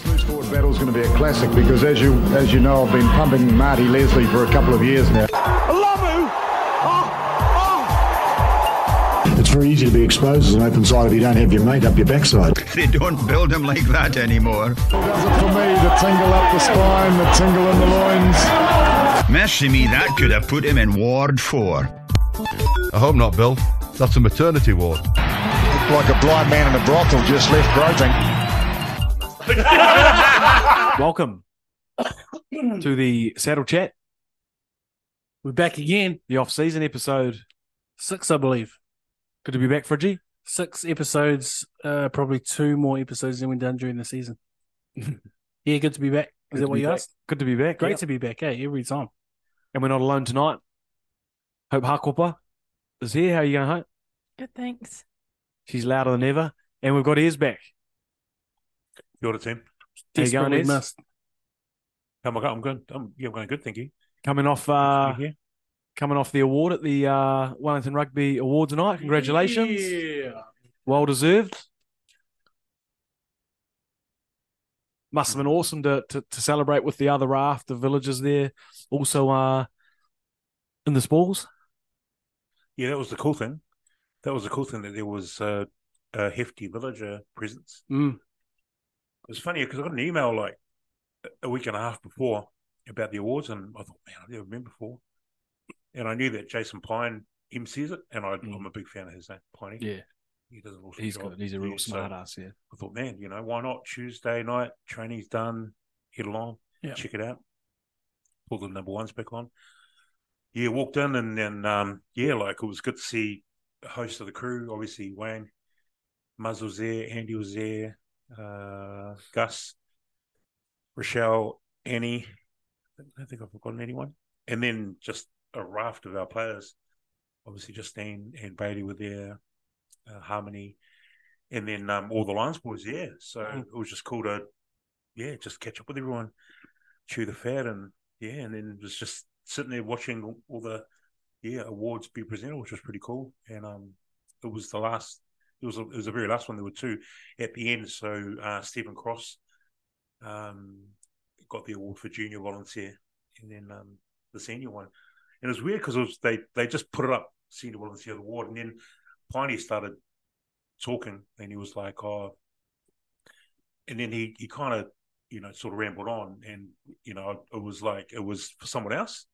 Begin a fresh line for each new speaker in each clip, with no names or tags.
battle is going to be a classic because, as you as you know, I've been pumping Marty Leslie for a couple of years now.
Lamu! Oh,
oh. It's very easy to be exposed as an open side if you don't have your mate up your backside.
They don't build them like that anymore. It
does it for me, the tingle up the spine, the tingle in the loins.
Mercy me, that could have put him in Ward 4.
I hope not, Bill. That's a maternity ward. Looked
like a blind man in a brothel just left groping.
Welcome to the Saddle Chat. We're back again, the off season episode
six, I believe.
Good to be back, Fridgie.
Six episodes, uh, probably two more episodes than we've done during the season. yeah, good to be back. Is good that what you
back.
asked?
Good to be back.
Great yep. to be back, hey, every time.
And we're not alone tonight. Hope Hakopa is here. How are you going, Hope?
Good, thanks.
She's louder than ever. And we've got ears back.
You're the team.
How you going, Ez?
Come on, I'm good. I'm, yeah, I'm going good, thank you.
Coming off uh, coming off the award at the uh, Wellington Rugby Awards tonight. Congratulations.
Yeah.
Well deserved. Must have been awesome to, to, to celebrate with the other raft, the villagers there. Also uh, in the spores.
Yeah, that was the cool thing. That was the cool thing that there was uh, a hefty villager presence.
Mm.
It's funny because I got an email like a week and a half before about the awards, and I thought, man, I've never been before. And I knew that Jason Pine MCs it, and I, am mm. a big fan of his name, Piney.
Yeah,
he does an
awesome he's job. Good. He's a real yeah, smart so ass. Yeah,
I thought, man, you know, why not Tuesday night? Training's done. Head along,
yeah.
check it out. Pull the number ones back on. Yeah, walked in and then um, yeah, like it was good to see a host of the crew. Obviously, Wayne, Muzz was there, Andy was there, uh, Gus, Rochelle, Annie. I don't think I've forgotten anyone. And then just a raft of our players. Obviously, Justine and Bailey were there, uh, Harmony, and then um, all the Lions boys. Yeah, so mm-hmm. it was just cool to, yeah, just catch up with everyone, chew the fat, and yeah, and then it was just sitting there watching all the yeah awards be presented, which was pretty cool. And um, it was the last it was a, it was the very last one. There were two at the end. So uh, Stephen Cross um, got the award for junior volunteer, and then um, the senior one. And it was weird because they they just put it up senior volunteer award, and then Piney started talking, and he was like, "Oh," and then he he kind of you know sort of rambled on, and you know it was like it was for someone else.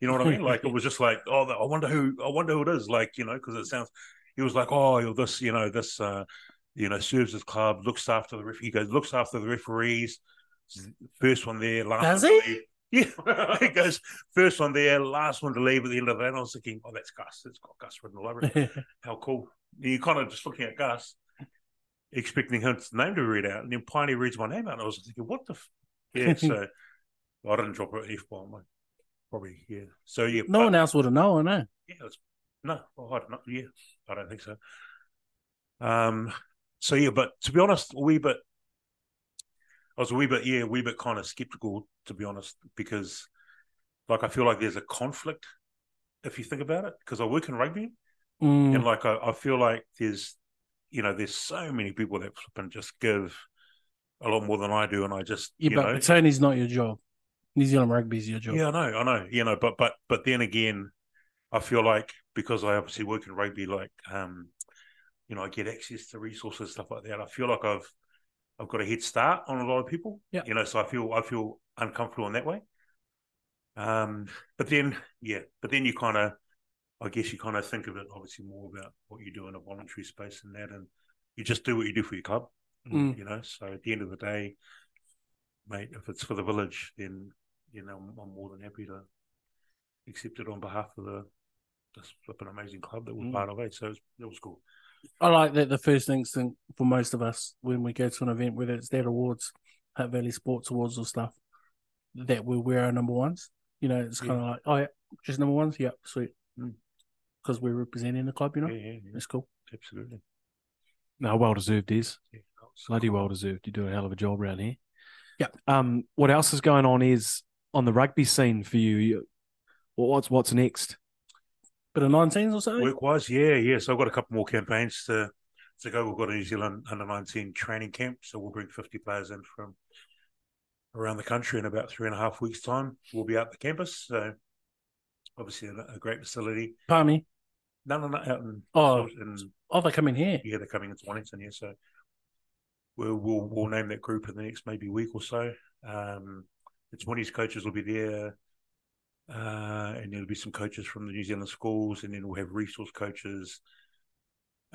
You know what I mean? Like it was just like, oh, I wonder who, I wonder who it is. Like you know, because it sounds he was like, "Oh, this, you know, this, uh, you know, serves his club, looks after the referee. He goes, looks after the referees. First one there, last
does
one
he?
To leave. Yeah, he goes first one there, last one to leave at the end of that. And I was thinking, oh, that's Gus. It's got Gus written all over it. How cool! And you're kind of just looking at Gus, expecting his name to read out, and then Piney reads my name out, and I was thinking, what the? F-? Yeah, so I didn't drop eh. an f bomb. Probably yeah. So yeah,
no but, one else would have known, eh? no.
Yeah, no, well, I don't know. Yeah, I don't think so. Um, so yeah, but to be honest, a wee bit. I was a wee bit, yeah, a wee bit kind of skeptical to be honest, because like I feel like there's a conflict if you think about it, because I work in rugby,
mm.
and like I, I, feel like there's, you know, there's so many people that can just give a lot more than I do, and I just
yeah,
you
but
know,
attorney's not your job. New Zealand rugby's your job.
Yeah, I know, I know, you know, but but but then again, I feel like because I obviously work in rugby, like um, you know, I get access to resources stuff like that. I feel like I've I've got a head start on a lot of people.
Yeah.
You know, so I feel I feel uncomfortable in that way. Um, but then yeah, but then you kind of, I guess you kind of think of it obviously more about what you do in a voluntary space and that, and you just do what you do for your club.
Mm.
You know, so at the end of the day, mate, if it's for the village, then you know I'm, I'm more than happy to accept it on behalf of the this flipping amazing club that we're mm. part of. It. So it was, it was cool.
I like that the first instinct for most of us when we go to an event, whether it's that awards, Hutt Valley Sports Awards or stuff, that we wear our number ones. You know, it's yeah. kind of like, oh, yeah, just number ones. Yep, sweet. Because mm. we're representing the club, you know?
Yeah, yeah, yeah.
It's cool.
Absolutely.
No, well deserved is.
Yeah,
Bloody well deserved. You do a hell of a job around here.
Yeah.
Um, what else is going on is on the rugby scene for you, you what's what's next?
Bit of 19s or so.
Work wise, yeah, yeah. So I've got a couple more campaigns to to go. We've got a New Zealand under 19 training camp, so we'll bring 50 players in from around the country in about three and a half weeks' time. We'll be out the campus. So obviously a, a great facility.
Palmy.
No, no, no. Out in,
Oh.
in,
Oh, they come in here.
yeah, they're coming into Wellington here. So we'll, we'll we'll name that group in the next maybe week or so. Um, the twenties coaches will be there, uh, and there'll be some coaches from the New Zealand schools, and then we'll have resource coaches.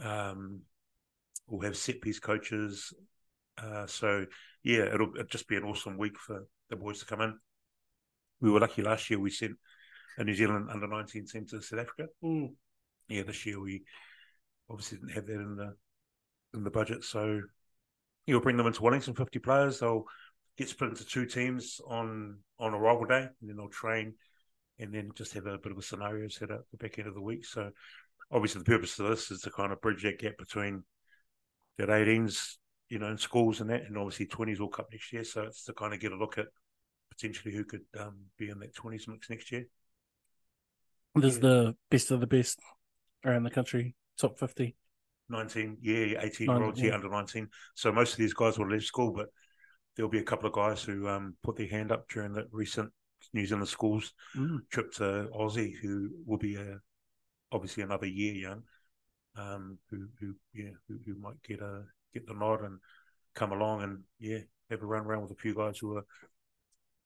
Um, we'll have set piece coaches. Uh, so yeah, it'll, it'll just be an awesome week for the boys to come in. We were lucky last year. We sent a New Zealand under nineteen team to South Africa
Mm.
yeah, this year we obviously didn't have that in the in the budget. So you'll bring them into Wellington, fifty players. They'll get split into two teams on on arrival day, and then they'll train, and then just have a bit of a scenario set up the back end of the week. So obviously the purpose of this is to kind of bridge that gap between that 18s, you know, in schools and that, and obviously 20s World Cup next year. So it's to kind of get a look at potentially who could um, be in that 20s mix next year.
There's
Yeah.
the best of the best around the country, top 50.
19, yeah, 18 year olds,
Nineteen,
yeah, under 19. So most of these guys will leave school, but there'll be a couple of guys who um, put their hand up during the recent New Zealand schools
Mm.
trip to Aussie, who will be uh obviously another year young, um, who, who yeah, who, who might get a get the nod and come along and yeah, have a run around with a few guys who are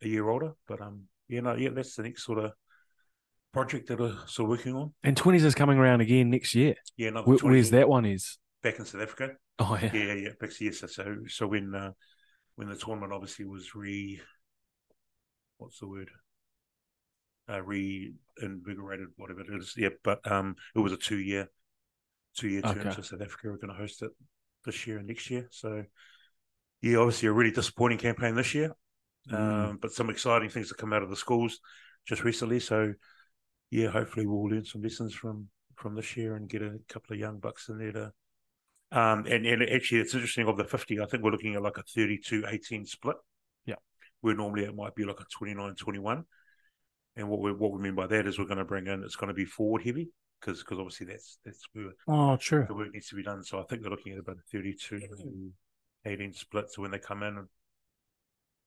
a year older. But um, yeah, no, yeah, that's the next sort of project that we're still working on.
And twenties is coming around again next year.
Yeah,
Oh,
another
Where, where's
20
that one? Is
back in South Africa.
oh yeah,
Yeah, yeah, Pixie. Yes, so so when uh, when the tournament obviously was re, what's the word, uh, reinvigorated, whatever it is. Yeah, but um, it was a two year, two year term.
Okay.
So South Africa are going to host it this year and next year. So yeah, obviously a really disappointing campaign this year,
Mm.
um, but some exciting things that come out of the schools just recently. So yeah, hopefully we'll learn some lessons from from this year and get a couple of young bucks in there to. Um, and, and actually, it's interesting. Of the 50, I think we're looking at like a 32 18 split.
Yeah.
Where normally it might be like a 29 21. And what we, what we mean by that is we're going to bring in, it's going to be forward heavy because obviously that's that's where
Oh, true.
the work needs to be done. So I think they're looking at about a 32
Mm.
18 split. So when they come in,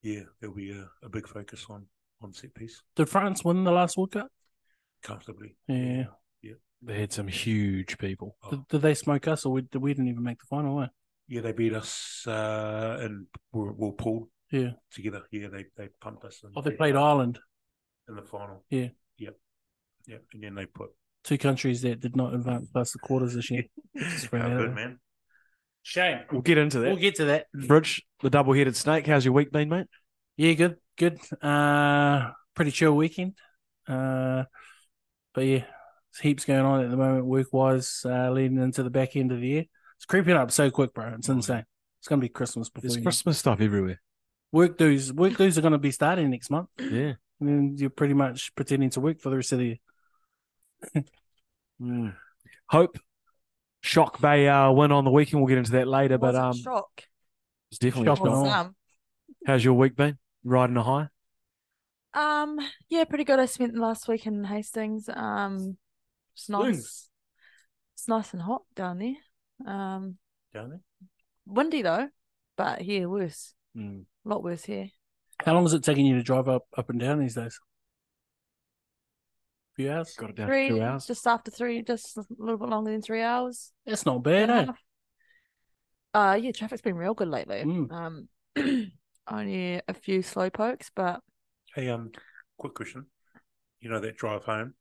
yeah, there'll be a, a big focus on, on set piece
Did France win the last World Cup?
comfortably.
Yeah.
they had some huge people.
Did, did they smoke us or we, we didn't even make the final, eh?
Yeah, they beat us uh, and we're, we're pulled
Yeah.
together. Yeah, they, they pumped us. and-
Oh, they played Ireland,
in the final.
Yeah.
Yep. Yep. And then they put
two countries that did not advance past the quarters this year. Just ran
How
out
good,
of-
man.
Shame.
We'll get into
We'll
that.
get to that.
Bridge, the double-headed snake. How's your week been, mate?
Yeah, good, good. Uh, pretty chill weekend. Uh, but yeah, there's heaps going on at the moment, work wise, uh, leading into the back end of the year. It's creeping up so quick, bro. It's insane. Hmm. It's gonna be Christmas before
There's
you know.
Christmas stuff everywhere.
work dues. Work dues are gonna be starting next month,
Yeah.
and then you're pretty much pretending to work for the rest of the year.
Hope, Shock Bay uh, win on the weekend. We'll get into that later. But um,
shock.
it's definitely a
Shock
shock.
on.
Some.
How's your week been? Riding a high.
Um, yeah, pretty good. I spent the last week in Hastings. Um, it's nice. It's nice and hot down there. Um,
down there.
windy though, but here worse.
Mm.
A lot worse here.
How long is it taking you to drive up up and down these days? Few hours.
Got it down
three
to two hours.
just after three, just a little bit longer than three hours.
That's not bad, eh?
Yeah. Uh, yeah, traffic's been real good lately.
Mm.
Um, only a few slow pokes, but
Hey, um, quick question. You know that drive home?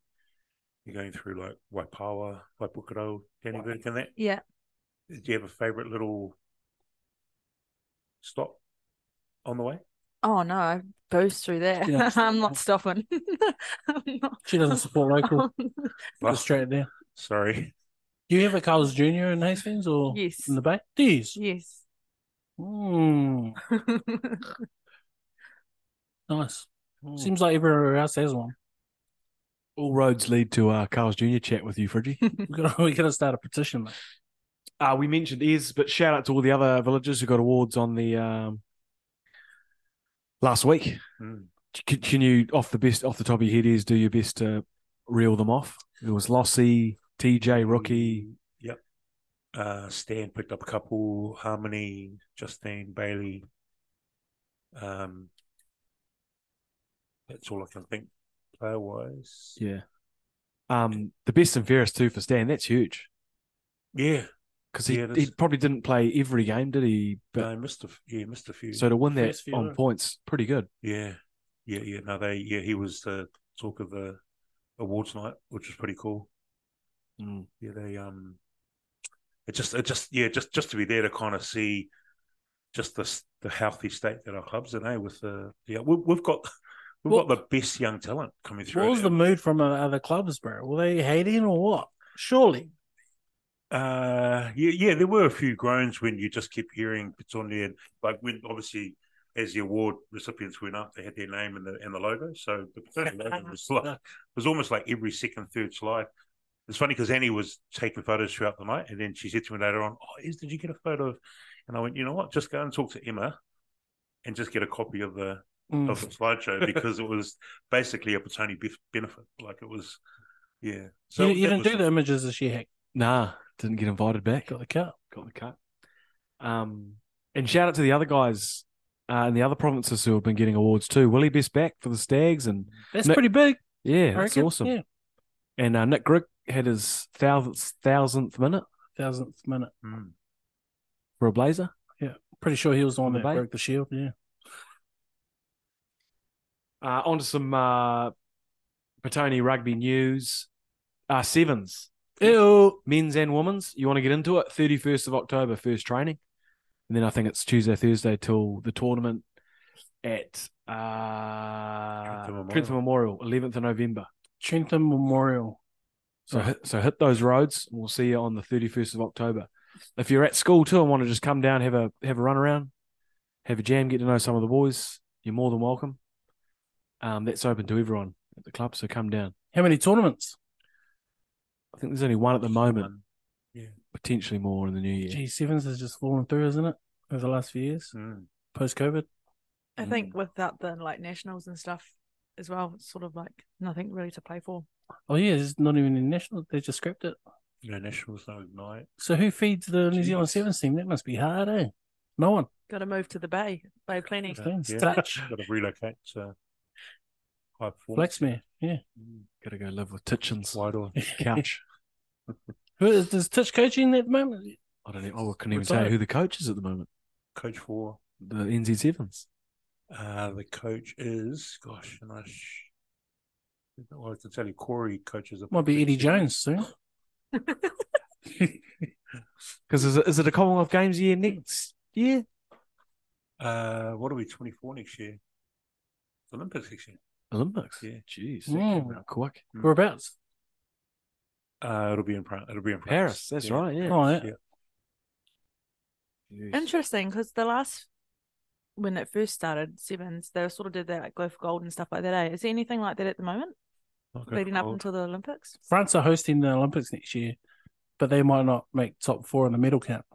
You're going through like Waipawa, Waipukuro, Danny Burke and that.
yeah,
Do you have a favourite little stop on the way?
oh no, I boost through there.
Yeah.
I'm not stopping. I'm not.
She doesn't support local.
Well,
Go straight there.
sorry.
Do you have a Carl's Jr. in Hastings or
Yes.
in the Bay? Do yous?
Yes.
Mm, nice.
Hmm.
Hmm.
Seems like everywhere else has one.
All roads lead to uh, Carl's Junior chat with you, Fridgie.
We're gonna, we're gonna start a petition, mate.
uh, we mentioned is, but shout out to all the other villagers who got awards on the um, last week.
Mm.
Can, can you off the best off the top of your head is do your best to reel them off? It was Lossie, TJ, Rookie.
Yep. Uh, Stan picked up a couple. Harmony, Justine, Bailey, um, That's all I can think player wise.
Yeah. Um, the best and fairest too for Stan. That's huge
Yeah.
because he,
Yeah, it
he
is.
probably didn't play every game, did he? But
no, missed a f- yeah, missed a few.
so to win that
First few,
on
eh?
points, pretty good.
yeah. Yeah, yeah. No, they yeah, he was the talk of the awards night, which was pretty cool.
Mm.
yeah, they um, it just it just yeah, just just to be there to kind of see just the s- the healthy state that our clubs in, eh? With the yeah, we, we've got we've
Well-
got the best young talent coming through.
What was the
now.
mood from uh, other clubs, bro? Were they hating or what? Surely.
uh, yeah, yeah, there were a few groans when you just kept hearing Petoni and like when obviously. As the award recipients went up, they had their name and the and the logo. So the logo was like it was almost like every second, third slide. It's funny because Annie was taking photos throughout the night, and then she said to me later on, "Oh, is did you get a photo?" of And I went, "You know what? Just go and talk to Emma, and just get a copy of the
Mm.
of the slideshow because it was basically a Petoni bef- benefit. Like it was, yeah. So
you, you
that
didn't
was-
do the images this year, Hank.
Nah, didn't get invited back.
Got the cup.
got the cut. Um, and shout out to the other guys uh, in the other provinces who have been getting awards too. Willie Best back for the Stags, and
That's
No,
pretty big.
yeah,
I
that's
reckon.
awesome.
Yeah,
And uh, Nick Grigg had his thousandth thousandth minute
thousandth minute.
Mm.
for a blazer.
Pretty sure he was the one that
Mate.
broke the shield. Yeah.
Uh, on to some uh, Petone rugby news. Uh, sevens,
Ew.
men's and women's. You want to get into it? Thirty first of October, first training, and then I think it's Tuesday, Thursday till the tournament at uh,
Trentham Memorial.
Trentham Memorial, eleventh of November.
Trenton Memorial.
So hit, so hit those roads. and We'll see you on the thirty first of October. If you're at school too and want to just come down, have a have a run around, have a jam, get to know some of the boys. You're more than welcome. Um, that's open to everyone at the club, so come down.
How many tournaments?
I think there's only one at the moment,
One.
potentially more in the new year.
G sevens has just fallen through, isn't it? Over the last few years,
Mm.
post COVID.
I think without the like nationals and stuff as well, it's sort of like nothing really to play for.
Oh yeah, it's not even in national. They just scrapped it.
No nationals, no ignite.
So who feeds the New Zealand
Jeez.
sevens team? That must be hard, eh? No one.
Got to move to the bay, bay of plenty.
Okay.
Yeah.
Stretch.
Got to relocate to high performance.
Blacksmith. Yeah.
Gotta go live with Titchin's
Wairua.
couch.
Who is does Titch coaching at the moment?
I don't know. Oh, I couldn't even
What's
tell you
that?
who the coach is at the moment.
coach for
The NZ Sevens.
Uh, the coach is, gosh, and I, sh- well, I can tell you, Corey coaches. up
Might
at
be Eddie
Princeton.
Jones soon.
Because is it, is it a Commonwealth Games year next year?
Uh, what are we, 24 next year? Olympics next year.
Olympics.
Yeah.
Jeez.
Mm.
Mm. Quick.
Whereabouts?
Uh, it'll be in France. It'll be in
Paris.
France.
That's
yeah.
right. Yeah.
Oh yeah.
Jeez.
Interesting because the last when it first started sevens, they sort of did that like go for gold and stuff like that. Eh? Is there anything like that at the moment
Okay,
leading up
cool.
until the Olympics?
France are hosting the Olympics next year, but they might not make top four in the medal count.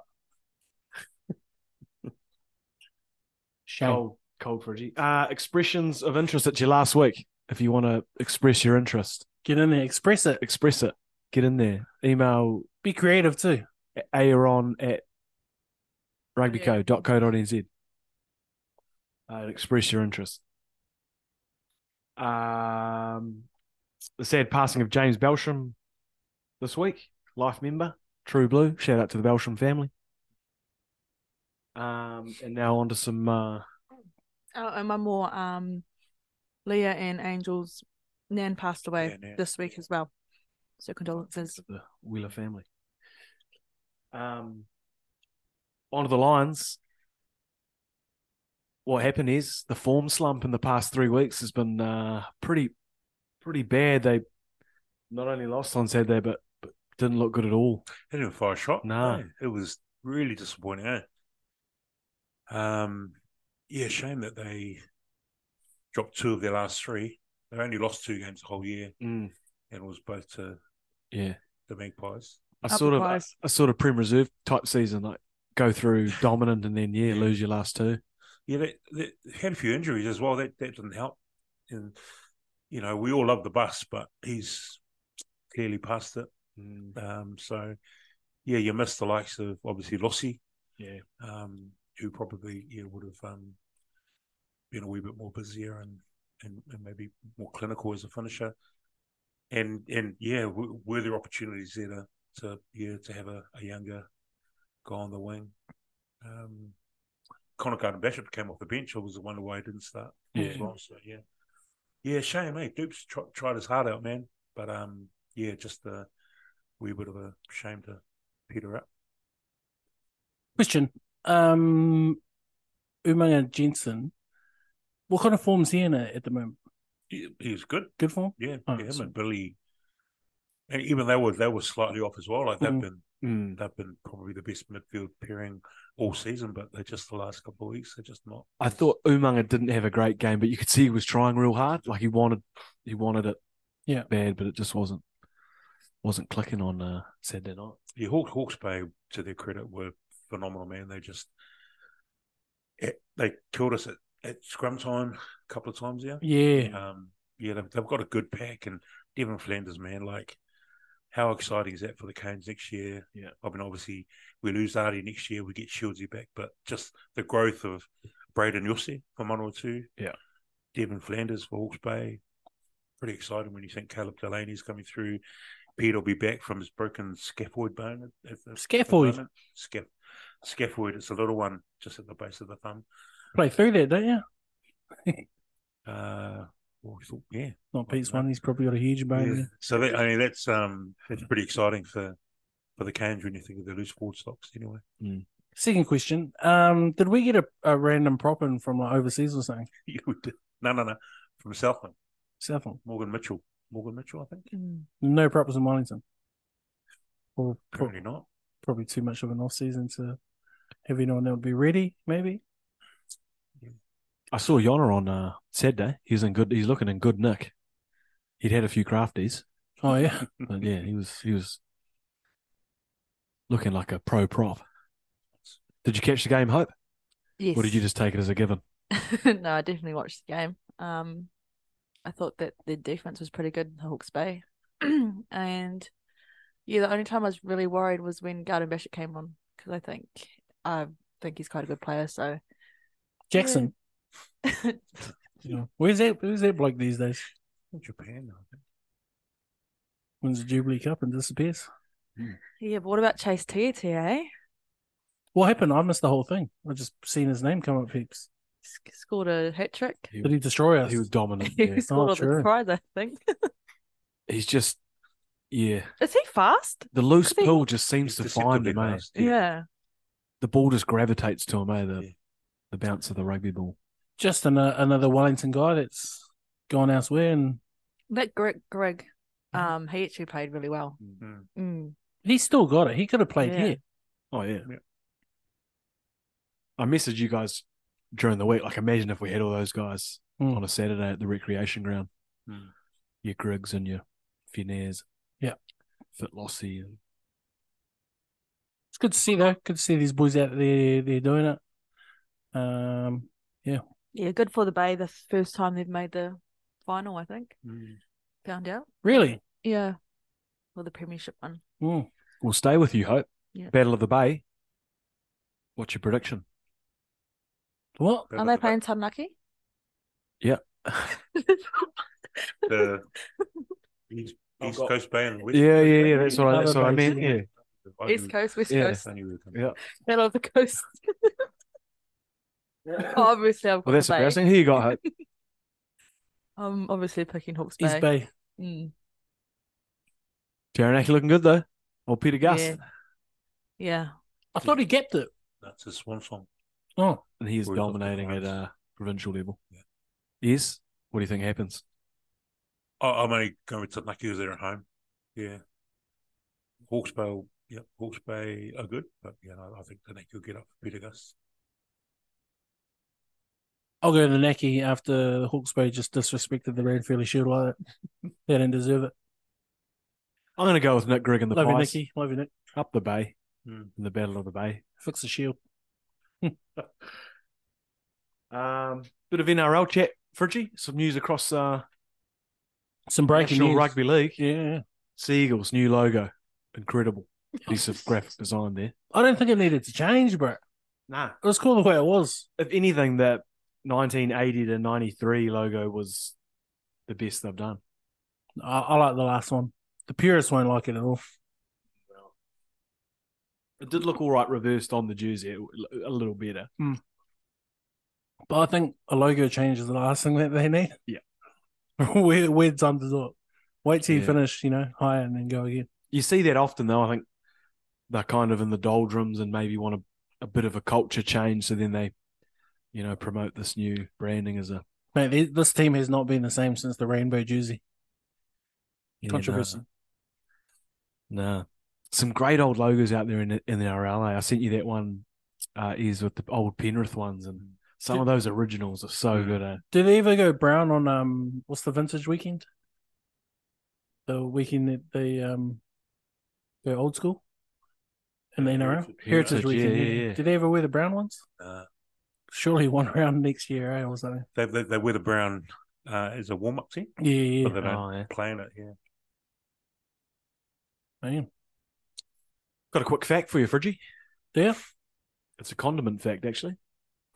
Shame.
Cold, cold friggy. Uh, expressions of interest at you last week. If you want to express your interest,
Get in there, express it.
express it. Get in there. Email
Be creative too.
aaron at rugbyco.co.nz uh, and express your interest. Um, the sad passing of James Belsham this week, life member, True Blue. Shout out to the Belsham family. Um, and now on to some. Uh,
Oh, and one more. Um, Leah and Angel's nan passed away
Yeah, Nan,
this week as well. So condolences.
the Wheeler family. Um, onto the Lions. What happened is the form slump in the past three weeks has been uh, pretty, pretty bad. They not only lost on Saturday, but, but didn't look good at all.
They didn't fire a shot.
No.
eh? It was really disappointing, eh? Um, yeah, shame that they dropped two of their last three. They only lost two games the whole year, and it was both to
Yeah,
the Magpies.
a
Upper
sort of a,
class.
a sort of prem reserve type season, like go through dominant and then yeah, lose your last two.
Yeah, they, they had a few injuries as well. That that didn't help. And you know, we all love the bus, but he's clearly past it. Um, so yeah, you miss the likes of obviously Lossie,
Yeah.
um, who probably yeah would have um, been a wee bit more busier and and, and maybe more clinical as a finisher. And and yeah, w- were there opportunities there to, to yeah to have a, a younger guy on the wing? Um, Connor Garden Bishop came off the bench. I was the one why I didn't start.
Yeah.
as well, so, yeah, yeah. Shame, eh? Dupes tr- tried his heart out, man. But um, yeah, just a wee bit of a shame to Peter up.
Question. Um, Umanga Jensen, what kind of form's he in at at the moment?
He, he was good.
Good form?
Yeah,
Oh,
yeah, him
so-
and Billy, and even they were they were slightly off as well. Like they've
Mm.
been
Mm.
they've been probably the best midfield pairing all season, but they just the last couple of weeks they're just not.
I thought Umanga didn't have a great game, but you could see he was trying real hard. Like he wanted, he wanted it,
Yeah.
bad, but it just wasn't, wasn't clicking on uh, Saturday night.
Yeah, Hawks Hawks Bay to their credit were phenomenal, man. They just it, they killed us at, at scrum time a couple of times. Yeah,
Yeah.
um, yeah, they've, they've got a good pack, and Devon Flanders, man, like. How exciting is that for the Canes next year?
Yeah.
I mean, obviously, we lose Artie next year, we get Shieldsy back, but just the growth of Braden Yossi for one or two.
Yeah.
Devon Flanders for Hawke's Bay. Pretty exciting when you think Caleb Delaney's coming through. Pete will be back from his broken scaphoid bone. At, at the- at the
Scaphoid?
moment. Scap, scaphoid. It's a little one just at the base of the thumb.
Play through that, don't you?
Uh, well, we thought, yeah,
Not Pete's one. He's probably got a huge bone.
Yeah.
there.
So that, I mean, that's um, that's pretty exciting for for the Canes when you think of the loose forward stocks. Anyway,
Second question. Um, did we get a, a random prop in from like overseas or something?
you would no, no, no, from Southland,
Southland.
Morgan Mitchell, Morgan Mitchell, I think.
Mm.
No props in Wellington. Or pro-
Apparently not.
probably too much of an off season to have anyone that would be ready, maybe.
I saw Yonner on uh, Saturday. He's in good. He's looking in good nick. He'd had a few crafties,
Oh yeah.
but yeah, he was he was looking like a pro prop. Did you catch the game, Hope,
Yes.
or did you just take it as a given?
no, I definitely watched the game. Um, I thought that their defense was pretty good in the Hawke's Bay, and yeah, the only time I was really worried was when Garden Bishop came on because I think I think he's quite a good player. So
Jackson. You know, where's that where's that bloke these days?
Japan, I think.
Wins the Jubilee Cup and disappears.
yeah, but what about Chase Tieti? Eh?
What happened? I missed the whole thing. I just seen his name come up heaps.
Sc- Scored a hat trick.
He,
Did he destroy us?
he was dominant.
He
yeah.
Oh,
scored on
true.
the prize, I think.
He's just yeah.
Is he fast?
The loose
I think-
pill just seems
It's
to
deceptively
find him, eh?
fast,
Yeah.
The ball just gravitates to him, eh? The
Yeah.
the bounce of the rugby ball.
just an, uh, another Wellington guy that's gone elsewhere and
That Greg, Greg, um, he actually played really well.
Mm.
Mm.
he's still got it. He could have played
Yeah.
here.
Oh yeah.
Yeah.
I messaged you guys during the week. Like, imagine if we had all those guys
Mm.
on a Saturday at the recreation ground.
Mm.
Your Griggs and your Fineers.
Hmm. Yeah.
Fitlossi and
It's good to see though. Good to see these boys out there. They're doing it. Um,
Yeah, good for the Bay. The first time they've made the final, I think.
Mm.
Found out.
really.
Yeah. Well, the Premiership one.
Mm.
we'll stay with you, Hope.
Yeah.
Battle of the Bay. What's your prediction?
What?
But
Are
the-
they playing Taranaki?
the East, East Coast Bay and West
yeah,
Coast
yeah,
Bay?
yeah. That's what I, that's what I
Other
meant.
bases,
Yeah.
Um,
I
East
knew-
Coast, West
yeah.
Coast,
I knew we were coming.
Yeah.
middle of the coast. obviously, I've got
Well, that's
the Bay.
embarrassing. Who you got, Hope?
I'm obviously picking Hawke's Bay.
East Bay.
Mm.
Taranaki looking good, though. Or Peter Gus.
Yeah. Yeah.
I thought he gapped it.
That's a swan song.
Oh,
And he is
Or he's got
dominating at
different
uh, provincial level.
Yeah.
Yes. What do you think happens?
I, I'm only going with Taranaki because they're at home. Yeah. Hawke's Bay, yeah, Hawke's Bay are good, but yeah, no, I think Taranaki will get up for Peter Gus.
I'll go to the Naki after the Hawke's Bay just disrespected the Ranfurly Shield like that. they didn't deserve it.
I'm going to go with Nick Grigg and the Hmm.
Love you,
prize.
Nicky. Love you, Nick.
Up the bay,
Mm.
in the Battle of the Bay.
Fix the shield.
Um, bit of NRL chat, Fridgie. Some news across uh,
Some breaking
National
news.
Rugby League.
Yeah, yeah.
Seagulls new logo, incredible piece of graphic design there.
I don't think it needed to change, bro.
Nah,
It was cool the way it was.
if anything, that 1980 to 93 logo was the best they've done.
I, I like the last one. The purists won't like it at all.
It did look all right reversed on the jersey it w- a little better.
But I think a logo change is the last thing that they need.
Yeah.
weird, weird time to do it. Wait till you
Yeah.
finish, you know, higher and then go again.
You see that often though. I think they're kind of in the doldrums and maybe want a, a bit of a culture change. So then they, you know, promote this new branding as a
Mate, th- this team has not been the same since the rainbow jersey
yeah, no,
controversy.
No. Some great old logos out there in the, in the RLA. I sent you that one uh, is with the old Penrith ones, and some of those originals are so
Hmm.
good. Eh?
Did they ever go brown on um what's the vintage weekend? The weekend that they um go old school? And then around
Heritage,
Heritage,
yeah.
Weekend.
Yeah, yeah, yeah.
Did they ever wear the brown ones?
Uh,
Surely one round next year, eh, or something.
they, they, they wear the brown uh, as a warm up team,
Yeah, yeah,
but
yeah.
they don't
Oh, yeah.
play in it. Yeah.
Man.
Got a quick fact for you, Fridgie.
Yeah.
It's a condiment fact, actually.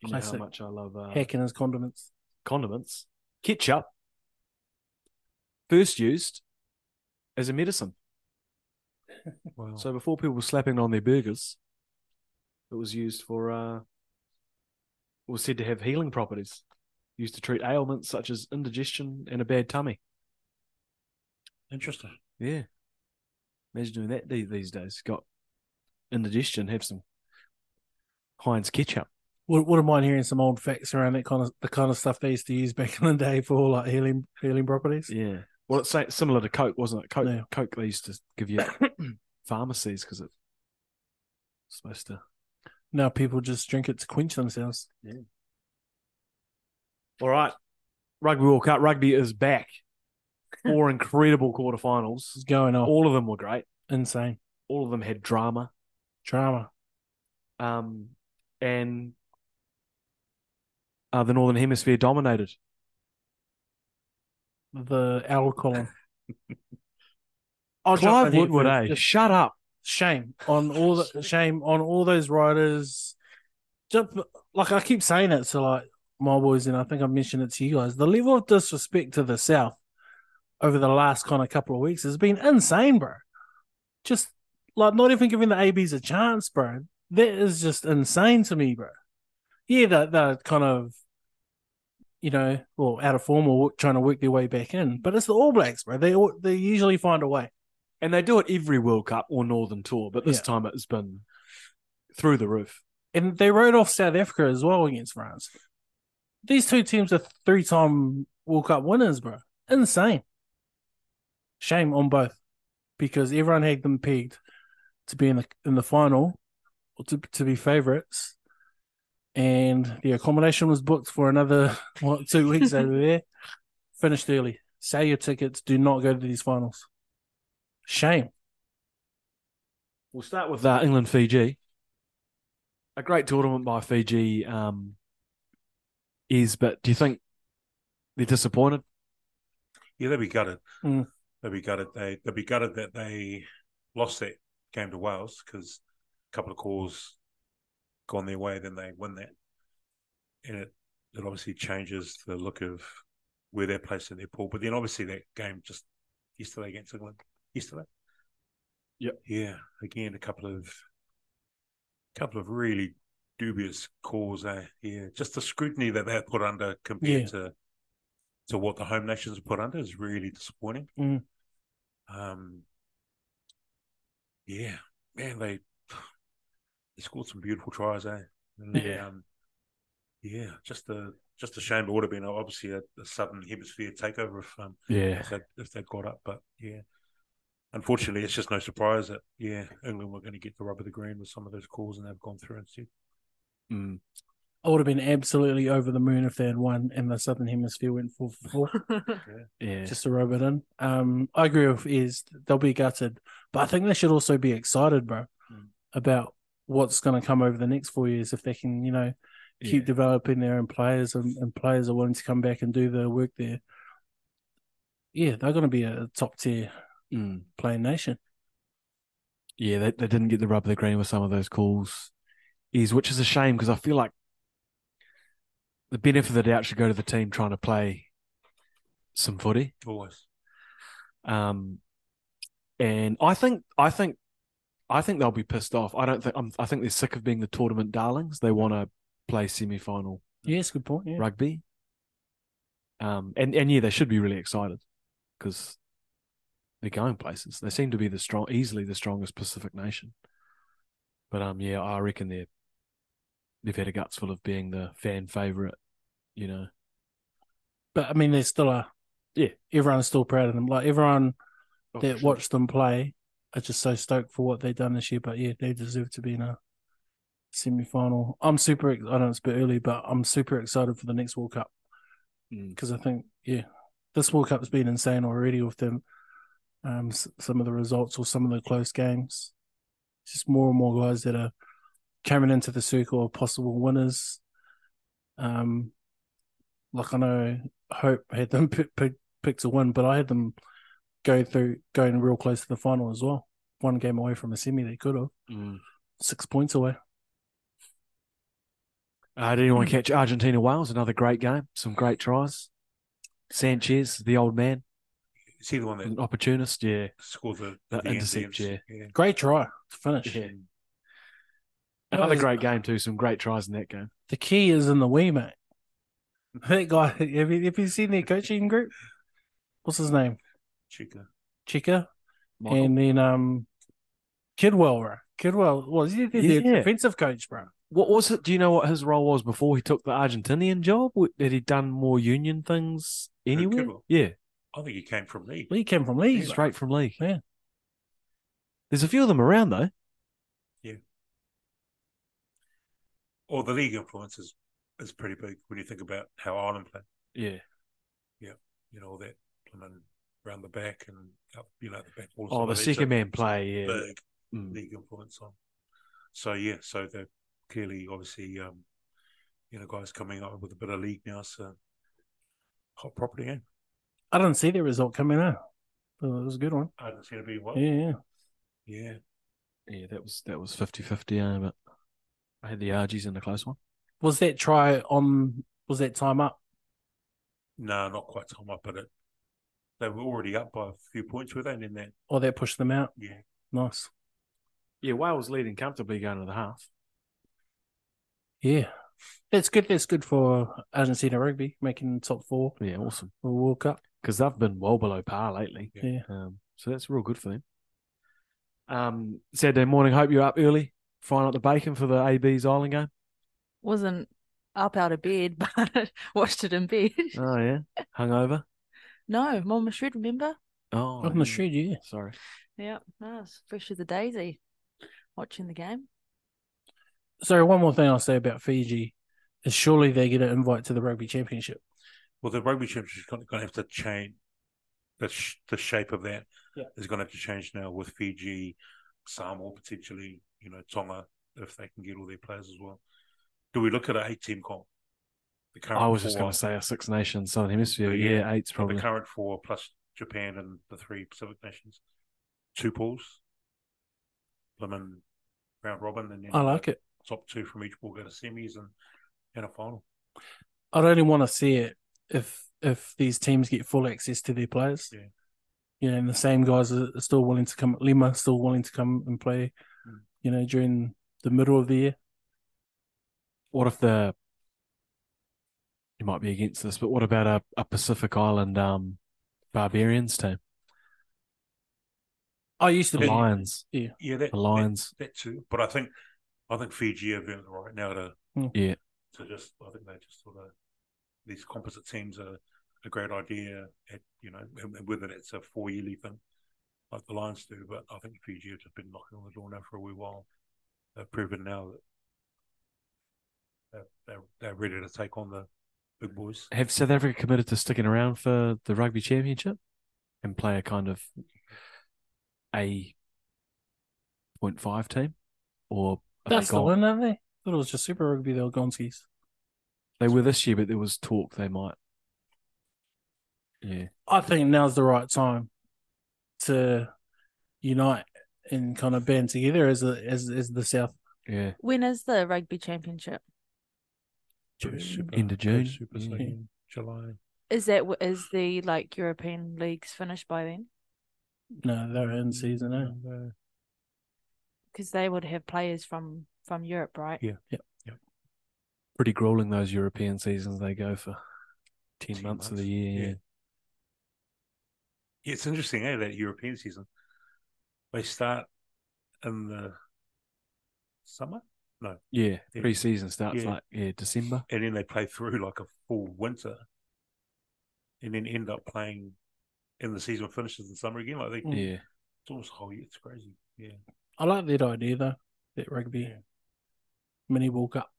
You know how
Classic.
much I love uh,
Heck and his condiments.
condiments. Ketchup, first used as a medicine.
Wow.
So before people were slapping on their burgers, it was used for uh it was said to have healing properties. Used to treat ailments such as indigestion and a bad tummy.
Interesting.
Yeah. Imagine doing that the- these days. Got indigestion, have some Heinz ketchup.
Would, wouldn't mind hearing some old facts around that kind of the kind of stuff they used to use back in the day for like healing healing properties.
Yeah. Well, it's sa- similar to Coke, wasn't it? Coke,
Yeah.
Coke they used to give you at pharmacies because it's supposed to.
Now people just drink it to quench themselves.
All right. Rugby World Cup. Rugby is back. Four incredible quarterfinals.
It's going off.
All of them were great.
Insane
All of them had drama.
drama.
Um, and uh, the Northern Hemisphere dominated.
The owl column.
Oh,
drop
Clive
it in
Woodward,
for-
eh?
just-
Shut up.
Shame on all the shame on all those riders. Just like I keep saying it to like my boys, and I think I mentioned it to you guys. The level of disrespect to the South over the last kind of couple of weeks has been insane, bro. Just like not even giving the ABs a chance, bro. That is just insane to me, bro. Yeah, they're, they're kind of, you know, well, out of form or work- trying to work their way back in. But it's the All Blacks, bro. They al- they usually find a way.
And they do it every World Cup or Northern Tour, but this
Yeah.
time it's been through the roof.
and they rode off South Africa as well against France. These two teams are three-time World Cup winners, bro. Insane. Shame on both, because everyone had them pegged to be in the in the final, or to to be favourites, and the accommodation was booked for another what two weeks over there. Finished early. Sell your tickets. Do not go to these finals. Shame.
We'll start with uh, England Fiji. A great tournament by Fiji um, is, but do you think they're disappointed?
Yeah, they'd be gutted.
Mm.
They'd be gutted. They they'd be gutted that they lost that game to Wales because a couple of calls gone their way, then they win that, and it it obviously changes the look of where they're placed in their pool. But then obviously that game just yesterday against England, yesterday.
Yep.
Yeah. Again, a couple of couple of really dubious calls. Eh? Yeah. Just the scrutiny that they're put under compared
Yeah.
to to what the home nations are put under is really disappointing.
Mm.
Um, yeah, man, they they scored some beautiful tries, eh? And,
Yeah.
um, yeah, just a just a shame. It would have been obviously a, a southern hemisphere takeover if um,
Yeah.
if they if they got up, but yeah, unfortunately, it's just no surprise that yeah, England were going to get the rub of the green with some of those calls, and they've gone through instead.
Mm,
I would have been absolutely over the moon if they had won and the Southern Hemisphere went 4 for 4.
Yeah.
just to rub it in. Um, I agree with is they'll be gutted, but I think they should also be excited, bro, about what's going to come over the next four years if they can, you know, keep developing their own players and, and players are willing to come back and do their work there. Yeah, they're going to be a top tier
Mm.
playing nation.
Yeah, they, they didn't get the rub of the green with some of those calls, is which is a shame because I feel like the benefit of the doubt should go to the team trying to play some footy.
Always.
Um, and I think I think I think they'll be pissed off. I don't think I'm, I think they're sick of being the tournament darlings. They want to play semi final
Yes, good point. Yeah.
rugby. Um, and and yeah, they should be really excited because they're going places. They seem to be the strong, easily the strongest Pacific nation. But um, yeah, I reckon they're they've had a guts full of being the fan favorite. You know,
But I mean, there's still a
Yeah.
Everyone's still proud of them. Like everyone
Oh,
that
sure.
watched them play are just so stoked for what they've done this year. But yeah, they deserve to be in a semi-final. I'm super. ex- I know it's a bit early, but I'm super excited for the next World Cup
Mm.
because I think yeah, this World Cup's been insane already with them. Um, s- some of the results or some of the close games. It's just more and more guys that are coming into the circle of possible winners. Um, like I know Hope had them pick, pick, pick to win, but I had them go through going real close to the final as well. One game away from a semi, they could have six points away.
Uh, did anyone catch Argentina Wales? Another great game. Some great tries. Sanchez, the old man,
Is he the one that
an opportunist. Yeah.
scored the,
That
the
Mm. intercept,
NZs? yeah.
Great try to finish.
yeah. Uh, Another
is-
great game, too. Some great tries in that game.
The key is in the wee, mate. That guy, have you, have you seen their coaching group? What's his name?
Chica.
Chica.
Michael.
And then um, Kidwell, bro. Kidwell was he the
Yeah.
defensive coach, bro?
What was it? Do you know what his role was before he took the Argentinian job? W- Had he done more union things anywhere?
Kibble?
Yeah,
I think he came from League.
He came from Leeds.
straight from league.
Yeah.
There's a few of them around though.
Or the league influence is, is pretty big when you think about how Ireland play,
Yeah.
you know, all that and then round the back and up, you know, the back wall.
Oh, the second man play. Yeah.
Big
Mm.
league influence on. So yeah, so they're clearly obviously um, you know, guys coming up with a bit of league now, so hot property eh? in.
I didn't see the result coming out. But it was a good one.
I didn't see it be well.
Yeah, yeah.
yeah.
Yeah, that was that was 50-50, uh, but I had the Argies in the close one.
Was that try on? Was that time up?
No, not quite time up, but it, they were already up by a few points, were they? And then that,
Or that pushed them out?
yeah,
Nice.
Yeah, Wales leading comfortably going to the half.
Yeah, that's good. That's good for Argentina rugby making the top four
Yeah, awesome.
for World Cup.
Because they've been well below par lately.
Yeah.
Yeah.
Um, so that's real good for them. Um, Saturday morning, hope you're up early, frying up the bacon for the AB's Island game.
Wasn't up out of bed, but watched it in bed.
Uh.
Oh yeah, hungover.
No, Mom and Shred, remember?
Oh,
On
yeah.
the street, yeah.
Sorry.
Yeah, no, it's fresh as a daisy watching the game.
Sorry, one more thing I'll say about Fiji is surely they get an invite to the Rugby Championship.
Well, the rugby championship is going to have to change. The, sh- the shape of that
Yeah.
is going to have to change now with Fiji, Samoa potentially, you know, Tonga if they can get all their players as well. Do we look at an eight-team comp? The current
I was just going
four-
to say a Six Nations Southern Hemisphere.
Yeah.
Yeah, eight's
the
probably.
current four plus Japan and the three Pacific nations, two pools, Lemon, round robin, and then
I like it.
top two from each pool go to semis and and a final.
I'd only want to see it if if these teams get full access to their players.
Yeah.
You know, and the same guys are are still willing to come. Lima still willing to come and play.
Mm.
You know, during the middle of the year.
What if the? You might be against this, but what about a, a Pacific Island um, Barbarians team?
I used to
The
be.
Lions.
Yeah, that
The Lions.
that, that too. But I think I think Fiji have earned the right now to
Mm.
Yeah.
to just I think they just sort of these composite teams are a great idea. At you know and- and whether that's a four yearly thing like the Lions do, but I think Fiji have just been knocking on the door now for a wee while. They've proven now that they're they're, they're ready to take on the big boys.
Have South Africa committed to sticking around for the Rugby Championship and play a kind of a point five team, or have they
That's the
gone-
one, aren't they? Thought it was just Super Rugby. They were Gonskis.
They were this year, but there was talk they might. Yeah.
I think now's the right time to unite and kind of band together as a, as as the South.
Yeah.
When is the rugby championship?
June, Super-
End of June.
Super
Yeah.
League, July.
Is that wh- is the like European leagues finished by then?
No, they're in season eh? now.
Uh,
Because they would have players from from Europe, right?
Yeah.
Pretty grueling those European seasons they go for. Ten
10
months, of
months,
the year.
yeah.
yeah.
it's interesting, eh? That European season, they start in the summer,
Yeah,
Yeah.
pre-season starts
Yeah.
like yeah December.
and then they play through like a full winter, and then end up playing in the season finishes in summer again. Like they,
Mm.
Yeah,
it's almost whole year. It's crazy. Yeah,
I like that idea though. That rugby mini World Cup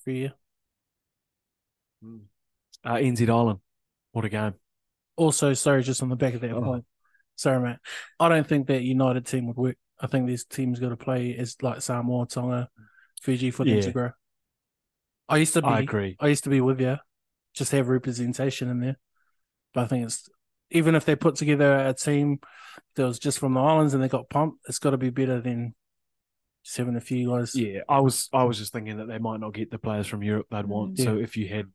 every year.
uh, NZ Island. What a game!
Also, sorry, just on the back of that
Oh.
point. Sorry, mate. I don't think that United team would work. I think these teams got to play as like Samoa, Tonga, Fiji for them
Yeah.
to grow. I used to be.
I agree.
I used to be with you. Just have representation in there. But I think it's even if they put together a team that was just from the islands and they got pumped, it's got to be better than just having a few guys.
Yeah, I was I was just thinking that they might not get the players from Europe they'd want.
Mhm.
So if you had